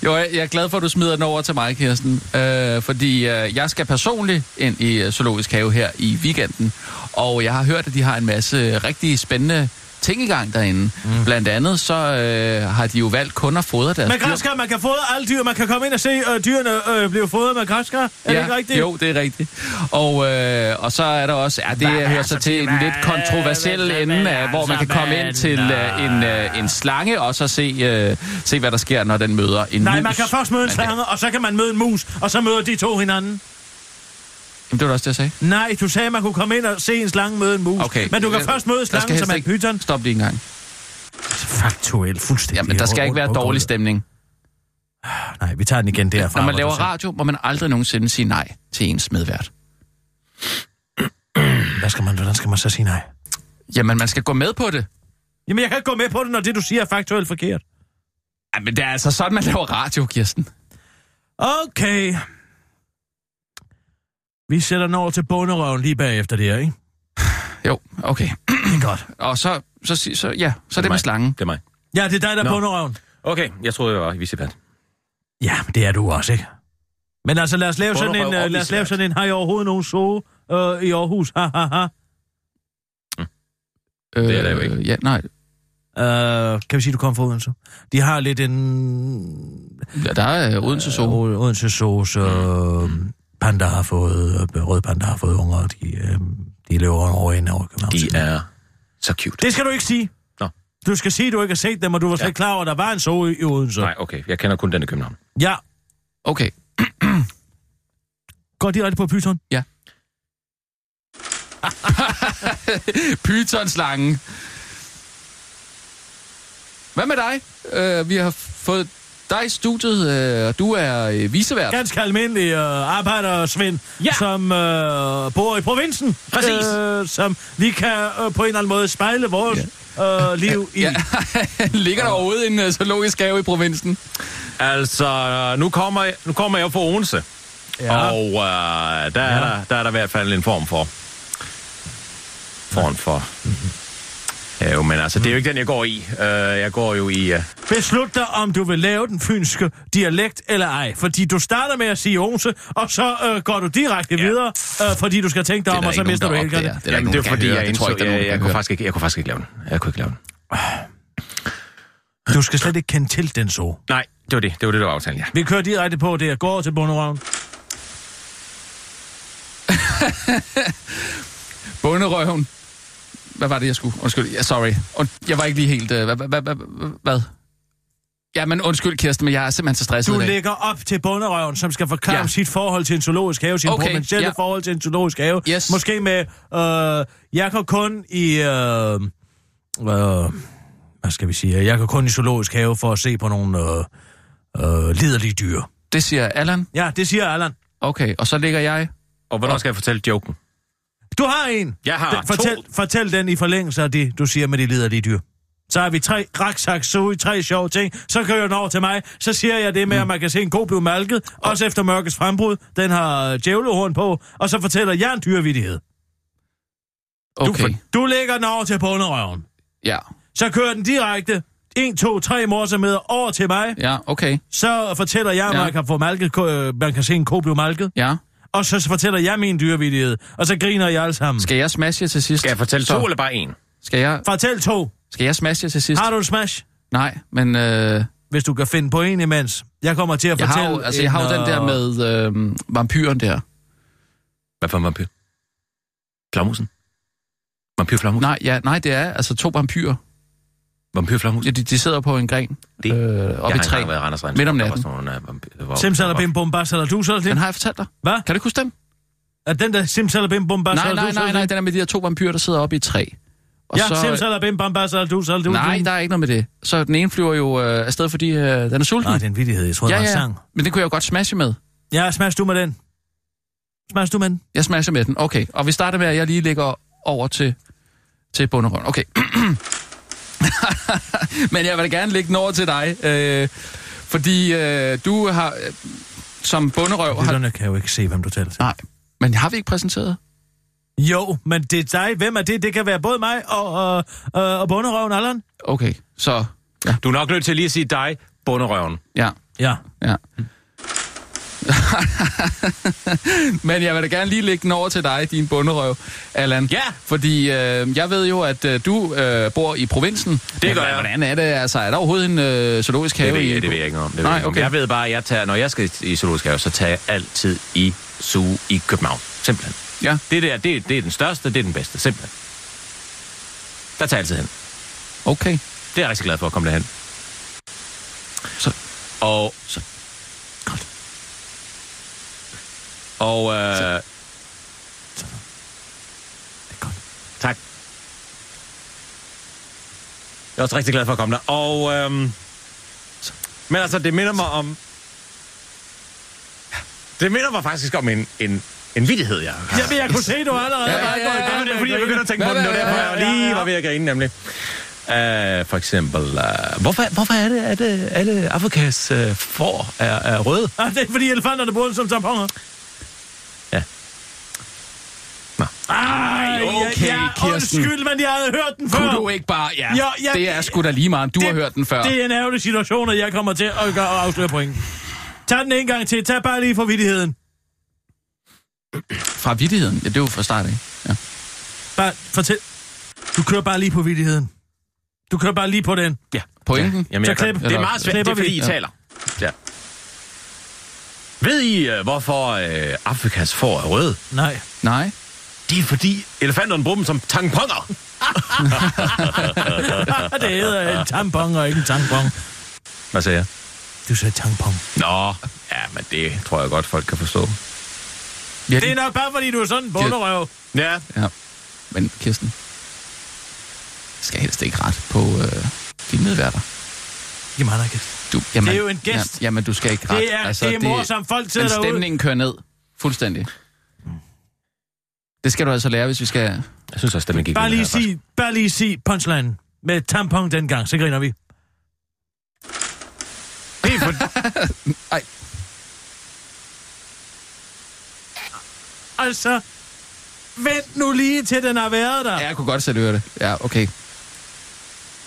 [SPEAKER 2] Jo, jeg, jeg er glad for, at du smider den over til mig, Kirsten. Øh, fordi øh, jeg skal personligt ind i øh, Zoologisk Have her i weekenden. Og jeg har hørt, at de har en masse rigtig spændende ting i gang derinde. Mm. Blandt andet så øh, har de jo valgt kun at fodre deres
[SPEAKER 5] Med
[SPEAKER 2] dyr.
[SPEAKER 5] græskar, man kan fodre alle dyr. Man kan komme ind og se øh, dyrene øh, blive fodret med græskar. Er det ikke rigtigt?
[SPEAKER 2] Jo, det er rigtigt. Og, øh, og så er der også, ja, det hører sig til en lidt kontroversiel ende, af, hvor man kan komme ind til øh, en, øh, en slange, og så se, øh, se, hvad der sker, når den møder en
[SPEAKER 5] Nej,
[SPEAKER 2] mus.
[SPEAKER 5] man kan først møde en
[SPEAKER 2] Men-
[SPEAKER 5] slange, og så kan man møde en mus, og så møder de to hinanden.
[SPEAKER 2] Jamen, det var da også det, jeg sagde.
[SPEAKER 8] Nej, du sagde, at man kunne komme ind og se en slange møde en mus.
[SPEAKER 2] Okay.
[SPEAKER 8] Men du kan
[SPEAKER 2] Jeg-
[SPEAKER 8] først møde
[SPEAKER 2] der skal
[SPEAKER 8] slangen,
[SPEAKER 2] helst
[SPEAKER 8] som er en
[SPEAKER 2] ikke-
[SPEAKER 8] pyton.
[SPEAKER 2] Stop lige en gang.
[SPEAKER 8] Faktuelt, fuldstændig.
[SPEAKER 2] Jamen, der skal ikke være dårlig stemning.
[SPEAKER 8] Ah, Nej, vi tager den igen derfra.
[SPEAKER 2] Når man
[SPEAKER 8] hvor du
[SPEAKER 2] laver
[SPEAKER 8] sagde-
[SPEAKER 2] radio, må man aldrig nogensinde sige nej til ens medvært.
[SPEAKER 8] Hvad skal man, hvordan skal man så sige nej?
[SPEAKER 2] Jamen, man skal gå med på det.
[SPEAKER 8] Jamen, jeg kan ikke gå med på det, når det, du siger, er faktuelt forkert.
[SPEAKER 2] Jamen, det er altså sådan, man laver radio, Kirsten.
[SPEAKER 8] Okay. Vi sætter den over til bunderøven lige bagefter det her, ikke?
[SPEAKER 2] Jo, okay.
[SPEAKER 8] Det er godt.
[SPEAKER 2] Og så, så, så, så ja, så er det med
[SPEAKER 5] mig.
[SPEAKER 2] slangen.
[SPEAKER 5] Mm, Det er mig.
[SPEAKER 8] Ja, det er dig, der er
[SPEAKER 5] Nå.
[SPEAKER 8] bunderøven.
[SPEAKER 5] Okay, jeg troede, jeg var i Visepat.
[SPEAKER 8] Ja, men det er du også, ikke? Men altså, lad os lave sådan en,
[SPEAKER 5] Bunderøv
[SPEAKER 8] øh,
[SPEAKER 5] og
[SPEAKER 8] lad os lave
[SPEAKER 5] vicevært.
[SPEAKER 8] sådan en, har I overhovedet nogen så øh, i Aarhus? Ha, ha, ha.
[SPEAKER 2] Øh,
[SPEAKER 5] det er det jo ikke.
[SPEAKER 2] Ja, nej.
[SPEAKER 8] Øh, kan vi sige, du kom fra Odense? De har lidt en...
[SPEAKER 2] Ja, Der er Odense
[SPEAKER 8] Øh,
[SPEAKER 2] Zoo.
[SPEAKER 8] Odense Zoos, øh, panda har fået, øh, rød panda har fået unger, og de, øh, de løber over en over København.
[SPEAKER 5] De er så cute.
[SPEAKER 8] Det skal du ikke sige.
[SPEAKER 5] Nå.
[SPEAKER 8] Du skal sige, du ikke har set dem, og du var slet
[SPEAKER 5] Ja.
[SPEAKER 8] ikke klar over, at der var en zoo i i Odense.
[SPEAKER 5] Nej, okay. Jeg kender kun den i København.
[SPEAKER 8] Ja,
[SPEAKER 2] Okay.
[SPEAKER 8] går direkte på Python.
[SPEAKER 2] Pythonslangen. Hvad med dig? Øh, vi har fået dig i studiet, øh, og du er øh, visevært.
[SPEAKER 8] Ganske almindelig øh, arbejdersvend,
[SPEAKER 5] Ja.
[SPEAKER 8] som øh, bor i provinsen.
[SPEAKER 5] Præcis.
[SPEAKER 8] Øh, som vi kan øh, på en eller anden måde spejle vores øh, liv i.
[SPEAKER 2] Ja. Ligger der overhovedet en øh, zoologisk have i provinsen?
[SPEAKER 5] Altså, nu kommer jeg, nu kommer jeg fra Odense.
[SPEAKER 8] Ja.
[SPEAKER 5] Og øh, der, er der, der er der i hvert fald en form for... Form for... Ja, jo, men altså, det er jo ikke den, jeg går i. Øh, jeg går jo i... øh,
[SPEAKER 8] Beslut dig, om du vil lave den fynske dialekt eller ej. Fordi du starter med at sige Odense, og så øh, går du direkte ja. videre, øh, fordi du skal tænke dig
[SPEAKER 2] Det er
[SPEAKER 8] om,
[SPEAKER 2] der
[SPEAKER 8] og
[SPEAKER 2] ikke
[SPEAKER 8] så
[SPEAKER 2] nogen,
[SPEAKER 8] mister du
[SPEAKER 2] der opdager.
[SPEAKER 8] helgerne.
[SPEAKER 2] Det er der ikke nogen, der kan høre. Det tror jeg ikke, der er
[SPEAKER 5] jeg,
[SPEAKER 2] nogen, der
[SPEAKER 5] jeg,
[SPEAKER 2] kan
[SPEAKER 5] kunne
[SPEAKER 2] høre.
[SPEAKER 5] faktisk ikke, jeg kunne faktisk ikke lave den. Jeg kunne ikke lave den.
[SPEAKER 8] Du skal slet ikke kende til den så.
[SPEAKER 5] Nej, det var det. Det var det, der var aftalen, ja.
[SPEAKER 8] Vi kører direkte på det. Jeg går over til bunderøven.
[SPEAKER 2] Bunderøven. Hvad var det, jeg skulle? Undskyld, ja, sorry. Und, jeg var ikke lige helt... Øh, hvad, hvad, hvad, hvad, hvad? Jamen, undskyld, Kirsten, men jeg er simpelthen så stresset
[SPEAKER 8] Du
[SPEAKER 2] i dag.
[SPEAKER 8] lægger op til bunderøven, som skal forklare
[SPEAKER 2] Ja.
[SPEAKER 8] ja. om sit forhold til en zoologisk have, sin
[SPEAKER 2] Okay,
[SPEAKER 8] okay. provincielle
[SPEAKER 2] ja.
[SPEAKER 8] ja. forhold til en zoologisk have.
[SPEAKER 2] Yes.
[SPEAKER 8] Måske med, øh, jeg kan kun i, øh, øh, hvad skal vi sige, jeg kan kun i zoologisk have for at se på nogle øh, øh, liderlige dyr.
[SPEAKER 2] Det siger Allan.
[SPEAKER 8] Ja, det siger Allan.
[SPEAKER 2] Okay, og så ligger jeg...
[SPEAKER 5] Og hvornår skal jeg fortælle joken?
[SPEAKER 8] Du har en.
[SPEAKER 5] Jeg har
[SPEAKER 8] Den, fortæl,
[SPEAKER 5] to.
[SPEAKER 8] fortæl den i forlængelse af det, du siger med de liderlige dyr. Så har vi tre raksak i tre sjove ting. Så kører den over til mig. Så siger jeg det med, mm. at man kan se en ko blive malket. Også efter mørkets frembrud. Den har øh, djævlehorn på. Og så fortæller jeg en dyrevittighed.
[SPEAKER 2] Okay,
[SPEAKER 8] Du, du lægger den over til bunderøven.
[SPEAKER 2] ja.
[SPEAKER 8] Så kører den direkte 1, 2, 3 morsermeder over til mig.
[SPEAKER 2] Ja, okay,
[SPEAKER 8] Så fortæller jeg, at
[SPEAKER 2] Ja.
[SPEAKER 8] man, kan få malket, ko- øh, man kan se en ko blive malket.
[SPEAKER 2] ja.
[SPEAKER 8] Og så fortæller jeg min dyrevittighed. Og så griner jeg alle sammen.
[SPEAKER 2] Skal jeg smashe jer til sidst?
[SPEAKER 5] Skal jeg fortælle to
[SPEAKER 2] Så.
[SPEAKER 5] eller bare en?
[SPEAKER 2] Skal jeg,
[SPEAKER 8] Fortæl to.
[SPEAKER 2] skal jeg smashe jer til sidst?
[SPEAKER 8] Har du en smash?
[SPEAKER 2] Nej, men øh,
[SPEAKER 8] hvis du kan finde på en imens. Jeg kommer til at
[SPEAKER 2] jeg,
[SPEAKER 8] fortælle...
[SPEAKER 2] har jo, altså, jeg har jo
[SPEAKER 8] en,
[SPEAKER 2] den der
[SPEAKER 8] øh,
[SPEAKER 2] med øh, vampyren der.
[SPEAKER 5] Hvad for en vampyr? Flammusen? Vampyr Flammusen?
[SPEAKER 2] Nej, ja, nej, det er altså to vampyrer.
[SPEAKER 5] Vampyr
[SPEAKER 2] Ja,
[SPEAKER 5] Flammusen?
[SPEAKER 2] de, de sidder på en gren
[SPEAKER 5] Det-
[SPEAKER 2] øh,
[SPEAKER 5] Jeg
[SPEAKER 2] oppe i
[SPEAKER 5] har
[SPEAKER 2] træ.
[SPEAKER 5] engang været i Randers Regnskov.
[SPEAKER 2] Midt om
[SPEAKER 5] Der var
[SPEAKER 2] natten.
[SPEAKER 5] sådan nogle, øh, vampyr- hvor-
[SPEAKER 8] Simsalabim bum bas, eller du så
[SPEAKER 2] Den
[SPEAKER 8] det?
[SPEAKER 2] har jeg fortalt dig.
[SPEAKER 8] Hvad?
[SPEAKER 2] Kan du ikke huske dem?
[SPEAKER 8] Er den der simsalabim bum bas,
[SPEAKER 2] Nej,
[SPEAKER 8] eller
[SPEAKER 2] nej,
[SPEAKER 8] du så
[SPEAKER 2] nej, nej, den er med de her to vampyrer, der sidder oppe i et træ. Og
[SPEAKER 8] Ja,
[SPEAKER 2] så,
[SPEAKER 8] simsalabim bum bas, eller du så det?
[SPEAKER 2] nej, der er ikke noget med det. Så den ene flyver jo øh, afsted, fordi øh, den er sulten.
[SPEAKER 8] Nej, det er en vittighed. Jeg tror, ja,
[SPEAKER 2] ja,
[SPEAKER 8] det var en
[SPEAKER 2] ja,
[SPEAKER 8] sang.
[SPEAKER 2] men det kunne jeg jo godt smashe med.
[SPEAKER 8] Ja, smash du med den. Smash du med den.
[SPEAKER 2] Jeg smasher med den. Okay, og vi starter med, at jeg lige lægger over til, til bunderøven. Okay. Men jeg vil gerne lægge den over til dig, øh, fordi øh, du har, øh, som bunderøv... Har,
[SPEAKER 8] Lytterne kan jo ikke se, hvem du taler til.
[SPEAKER 2] nej, men har vi ikke præsenteret?
[SPEAKER 8] Jo, men det er dig. Hvem er det? Det kan være både mig og, øh, øh, og bunderøven Allan.
[SPEAKER 2] Okay, så... Ja,
[SPEAKER 5] Du er nok nødt til lige at sige dig, bunderøven.
[SPEAKER 2] ja,
[SPEAKER 8] Ja.
[SPEAKER 2] ja. Men jeg vil da gerne lige lægge den over til dig, din bunderøv, Allan.
[SPEAKER 5] Ja.
[SPEAKER 2] Fordi øh, jeg ved jo, at øh, du øh, bor i provinsen. Det
[SPEAKER 5] gør jeg.
[SPEAKER 2] Hvordan er det? Altså, er der overhovedet en øh, zoologisk have
[SPEAKER 5] Det ved,
[SPEAKER 2] i...
[SPEAKER 5] jeg, det ved jeg ikke om. Det ved
[SPEAKER 2] Nej,
[SPEAKER 5] jeg, ikke om.
[SPEAKER 2] okay.
[SPEAKER 5] jeg ved bare, at jeg tager, når jeg skal i zoologisk have, så tager jeg altid i zoo i København. Simpelthen.
[SPEAKER 2] Ja.
[SPEAKER 5] Det der, det, det er den største, det er den bedste. Simpelthen. Der tager jeg altid hen.
[SPEAKER 2] Okay.
[SPEAKER 5] Det er jeg rigtig glad for at komme derhen.
[SPEAKER 2] Så-
[SPEAKER 5] Og... Så... Godt. Og... Øh, Tak. Jeg er også rigtig glad for at komme der. Og, øhm, men altså, det minder mig om... Det minder mig faktisk om en, en, en vidighed, jeg har.
[SPEAKER 8] Jamen, jeg kunne se, du allerede
[SPEAKER 5] Ja,
[SPEAKER 8] var
[SPEAKER 5] ja, ja, ja,
[SPEAKER 8] med
[SPEAKER 5] det er
[SPEAKER 8] at
[SPEAKER 5] fordi, jeg
[SPEAKER 8] grine.
[SPEAKER 5] begynder at tænke på den. Det var
[SPEAKER 8] Ja, ja,
[SPEAKER 5] derfor,
[SPEAKER 8] ja,
[SPEAKER 5] jeg
[SPEAKER 8] ja,
[SPEAKER 5] lige
[SPEAKER 8] ja.
[SPEAKER 5] var ved at grine, nemlig. Uh, for eksempel, uh, hvorfor, hvorfor er det, at øh, alle Afrikas uh, får er, er røde?
[SPEAKER 8] Ah, det er fordi elefanterne bruger den som tamponer.
[SPEAKER 5] Ja. Nå.
[SPEAKER 8] Ej,
[SPEAKER 2] okay,
[SPEAKER 8] ja, ja,
[SPEAKER 2] Kirsten.
[SPEAKER 8] Undskyld, men jeg havde hørt den før.
[SPEAKER 2] Kunne du ikke bare... Ja,
[SPEAKER 8] Ja,
[SPEAKER 2] ja,
[SPEAKER 8] ja,
[SPEAKER 2] ja det er sgu da lige meget. Du det, har hørt den før.
[SPEAKER 8] Det er en ærgerlig situation, og jeg kommer til at gøre og afsløre pointen. Tag den en gang til. Tag bare lige for vidtigheden.
[SPEAKER 2] Fra vidtigheden. Ja, det er jo fra start, ikke? Ja.
[SPEAKER 8] Bare fortæl. Du kører bare lige på vidtigheden. Du kører bare lige på den.
[SPEAKER 5] Ja.
[SPEAKER 2] Pointen?
[SPEAKER 5] Jamen,
[SPEAKER 8] Så
[SPEAKER 5] jeg kan-
[SPEAKER 8] klip.
[SPEAKER 5] Det er meget svært, det
[SPEAKER 8] Klipper
[SPEAKER 5] er fordi,
[SPEAKER 8] vi.
[SPEAKER 5] I
[SPEAKER 8] Ja.
[SPEAKER 5] taler. Ja. Ved I, øh, hvorfor øh, Afrikas får er røde?
[SPEAKER 8] Nej.
[SPEAKER 2] Nej.
[SPEAKER 5] Det er fordi, elefanterne bruger dem som tamponer.
[SPEAKER 8] det hedder en tampon og ikke en tampon.
[SPEAKER 5] Hvad sagde jeg?
[SPEAKER 8] Du sagde tampon.
[SPEAKER 5] Nå, ja, men det tror jeg godt, folk kan forstå.
[SPEAKER 2] Ja,
[SPEAKER 8] Det er nok bare, fordi du er sådan en bunderøv.
[SPEAKER 5] Ja,
[SPEAKER 2] ja. Men Kirsten, skal helst ikke ret på øh, dine medværter.
[SPEAKER 8] Jamen, han er ikke.
[SPEAKER 2] Du, jamen,
[SPEAKER 8] Det er jo en gæst.
[SPEAKER 2] Ja, jamen, du skal ikke ret.
[SPEAKER 8] Det er- det er morsomt. Folk sidder
[SPEAKER 2] men
[SPEAKER 8] derude.
[SPEAKER 2] stemningen kører ned. Fuldstændig. Det skal du altså lære, hvis vi skal...
[SPEAKER 5] jeg synes også, stemningen gik
[SPEAKER 8] Bare
[SPEAKER 5] ned
[SPEAKER 8] lige
[SPEAKER 5] her, faktisk.
[SPEAKER 8] sig, bare lige sig punchline med tampon dengang, så griner vi.
[SPEAKER 5] Det er for...
[SPEAKER 2] Ej,
[SPEAKER 8] Altså, vent nu lige til den har været der.
[SPEAKER 2] ja, jeg kunne godt selv høre det. Ja, okay.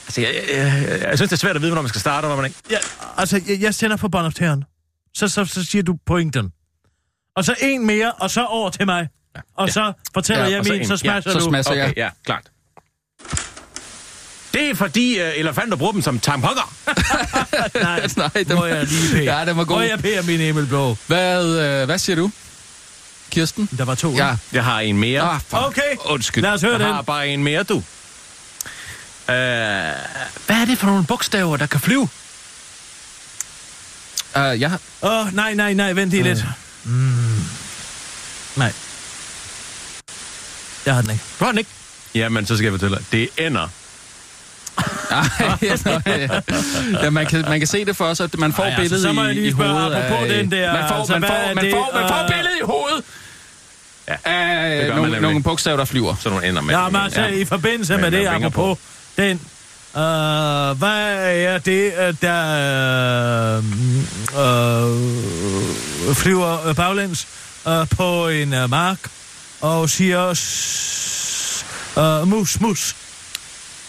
[SPEAKER 5] altså, jeg, jeg, jeg, jeg, synes, det er svært at vide, hvornår man skal starte, og hvornår man ikke...
[SPEAKER 8] Ja, altså, jeg, jeg sender på båndoptageren. Så, så, så siger du pointen. Og så en mere, og så over til mig. Og
[SPEAKER 5] Ja.
[SPEAKER 8] så fortæller
[SPEAKER 2] Ja,
[SPEAKER 8] jeg
[SPEAKER 5] og så
[SPEAKER 8] min,
[SPEAKER 5] en.
[SPEAKER 8] så
[SPEAKER 5] Ja,
[SPEAKER 8] smasher
[SPEAKER 2] så
[SPEAKER 8] du.
[SPEAKER 2] smasher jeg.
[SPEAKER 5] ja, klart. Det er fordi, øh, elefanter bruger dem som tamponer.
[SPEAKER 8] Nej,
[SPEAKER 2] Nej, det
[SPEAKER 8] må jeg lige pære.
[SPEAKER 2] Ja, den var god.
[SPEAKER 8] Må jeg pære min Emil Blå.
[SPEAKER 2] Hvad, øh, hvad siger du, Kirsten?
[SPEAKER 8] Der var to. ikke?
[SPEAKER 2] Ja.
[SPEAKER 5] Jeg har en mere.
[SPEAKER 2] Ah, for
[SPEAKER 8] Okay.
[SPEAKER 2] Undskyld.
[SPEAKER 8] Lad os høre
[SPEAKER 5] Jeg har
[SPEAKER 8] den.
[SPEAKER 5] bare en mere, du. Øh, hvad er det for nogle bogstaver, der kan flyve?
[SPEAKER 2] Uh, jeg, har-
[SPEAKER 8] Åh, oh, nej, nej, nej, vent lige lidt. Mm. Nej. Jeg har den ikke.
[SPEAKER 5] Hvor er den ikke? Jamen, så skal jeg fortælle dig. Det er ender.
[SPEAKER 2] Ej, ja. ja, man, kan, man kan se det for sig, at man får
[SPEAKER 8] Ej,
[SPEAKER 2] Ej,
[SPEAKER 8] altså,
[SPEAKER 2] billedet
[SPEAKER 8] så må jeg
[SPEAKER 2] i,
[SPEAKER 8] lige
[SPEAKER 2] i
[SPEAKER 8] spørge,
[SPEAKER 2] hovedet. af-
[SPEAKER 8] apropos den der,
[SPEAKER 2] man får,
[SPEAKER 8] altså,
[SPEAKER 2] man,
[SPEAKER 8] hvad
[SPEAKER 2] får,
[SPEAKER 8] er
[SPEAKER 2] man,
[SPEAKER 8] det,
[SPEAKER 2] får, man får
[SPEAKER 8] øh,
[SPEAKER 2] billedet i hovedet
[SPEAKER 5] Ja, det gør
[SPEAKER 2] af øh,
[SPEAKER 5] man
[SPEAKER 2] nogle,
[SPEAKER 5] nemlig.
[SPEAKER 2] nogle bogstaver, der flyver.
[SPEAKER 5] Sådan nogle ender med.
[SPEAKER 8] Ja, men altså, i forbindelse
[SPEAKER 5] Men
[SPEAKER 8] med det,
[SPEAKER 5] jeg vinker
[SPEAKER 8] apropos den... Uh, hvad er det, øh, der uh, uh, flyver øh, baglæns uh, på en uh, mark og siger uh, mus, mus?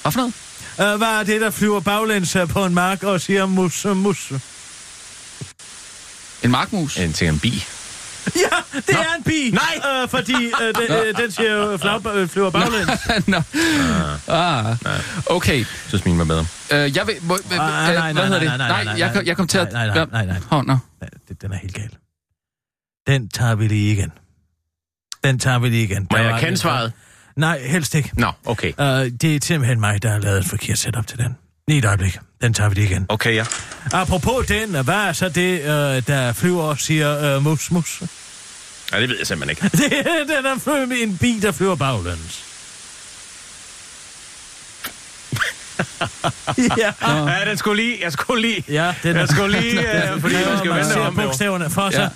[SPEAKER 2] Hvad for noget?
[SPEAKER 8] Uh, hvad er det, der flyver baglæns øh, på en mark og siger mus, øh, mus?
[SPEAKER 2] En markmus?
[SPEAKER 5] En ting er en bi.
[SPEAKER 8] Ja, det Nå. er en bi! Nej! Uh, fordi uh, den, uh, den siger jo, flag, øh, flyver baglæns.
[SPEAKER 2] Nå. Ah, okay.
[SPEAKER 5] Jeg synes, min var bedre.
[SPEAKER 2] Øh, jeg ved... Må, ah,
[SPEAKER 8] nej, nej, nej,
[SPEAKER 2] hvad hedder det?
[SPEAKER 8] nej, nej, nej,
[SPEAKER 2] nej, jeg, kom- jeg kom til at...
[SPEAKER 8] nej, nej, nej, nej.
[SPEAKER 2] Åh, nå.
[SPEAKER 8] Nej, det- Den er helt gal. Den tager vi lige igen. Den tager vi lige igen.
[SPEAKER 5] Må
[SPEAKER 8] Der
[SPEAKER 5] jeg
[SPEAKER 8] var-
[SPEAKER 5] kende svaret?
[SPEAKER 8] Nej, helst ikke.
[SPEAKER 5] Nå, okay.
[SPEAKER 8] Uh, det er simpelthen mig, der har lavet et forkert setup til den. Lige et øjeblik. Den tager vi lige igen.
[SPEAKER 5] Okay, ja.
[SPEAKER 8] Apropos den, hvad er så det, øh, der flyver og siger øh, mus, mus?
[SPEAKER 5] Ja, det ved jeg simpelthen ikke.
[SPEAKER 8] Det er den, der flyver med en bil, der flyver baglæns. ja.
[SPEAKER 5] Ja, den skulle lige. Jeg skulle lige.
[SPEAKER 8] ja, den er...
[SPEAKER 5] Jeg skulle lige, øh, fordi man skal jo vende
[SPEAKER 8] ser
[SPEAKER 5] om. jo.
[SPEAKER 8] bogstaverne for sig.
[SPEAKER 2] Ja.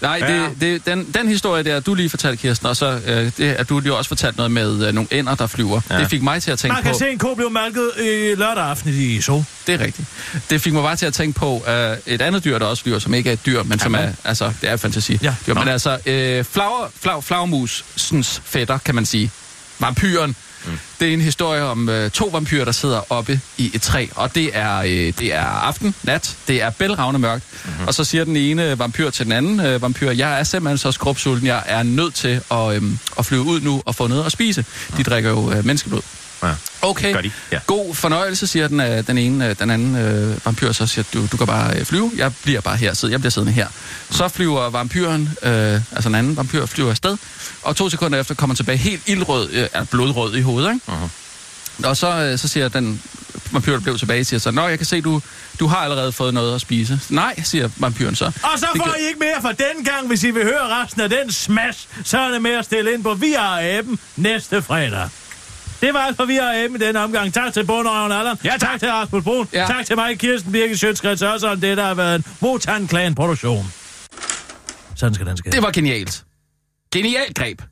[SPEAKER 2] Nej, det, det, den, den historie der, du lige fortalte, Kirsten, og så øh, det, at du lige også fortalte noget med øh, nogle ender, der flyver. Ja. Det fik mig til at tænke
[SPEAKER 8] Man
[SPEAKER 2] på...
[SPEAKER 8] kan se en ko blive malket øh, lørdag aften i Zoo.
[SPEAKER 2] Det er rigtigt. Det fik mig bare til at tænke på øh, et andet dyr, der også flyver, som ikke er et dyr, men som er, altså, det er fantasi.
[SPEAKER 8] Ja.
[SPEAKER 2] Dyr, men
[SPEAKER 8] Nå.
[SPEAKER 2] altså, øh, flager, flag, flagmusens fætter, kan man sige. Vampyren. Mm. Det er en historie om øh, to vampyrer, der sidder oppe i et træ, og det er, øh, det er aften, nat, det er bælragende mørkt,
[SPEAKER 8] Mhm.
[SPEAKER 2] mm-hmm. og så siger den ene vampyr til den anden øh, vampyr, jeg er simpelthen så skrubsulten, jeg er nødt til at, øh, at flyve ud nu og få noget at spise. De drikker jo øh, menneskeblod.
[SPEAKER 5] Ja.
[SPEAKER 2] Okay,
[SPEAKER 5] Gør de, ja.
[SPEAKER 2] god fornøjelse, siger den, øh, den ene, øh, den anden øh, vampyr, så siger, du, du kan bare øh, flyve, jeg bliver bare her, sid, jeg bliver siddende her. Så flyver vampyren, øh, altså den anden vampyr, flyver afsted, og to sekunder efter kommer tilbage helt ildrød, øh, er blodrød i hovedet, ikke? Og så, øh, så siger den vampyr, der blev tilbage, siger så, Nå, jeg kan se, du, du har allerede fået noget at spise. Nej, siger vampyren så.
[SPEAKER 8] Og så
[SPEAKER 2] Det
[SPEAKER 8] får
[SPEAKER 2] gør-
[SPEAKER 8] I ikke mere for den gang, hvis I vil høre resten af den smash, så er det med at stille ind på VR Appen næste fredag.
[SPEAKER 5] Det var alt, for vi har hjemme i denne omgang. Tak til Bonderøven Allan. Ja, tak. tak. til Rasmus Brun. Ja. Tak til mig, Kirsten Birke Sjøtskrets, også om det, der har været en Wotan Clan-produktion. Sådan skal den ske.
[SPEAKER 2] Det var genialt. Genialt greb.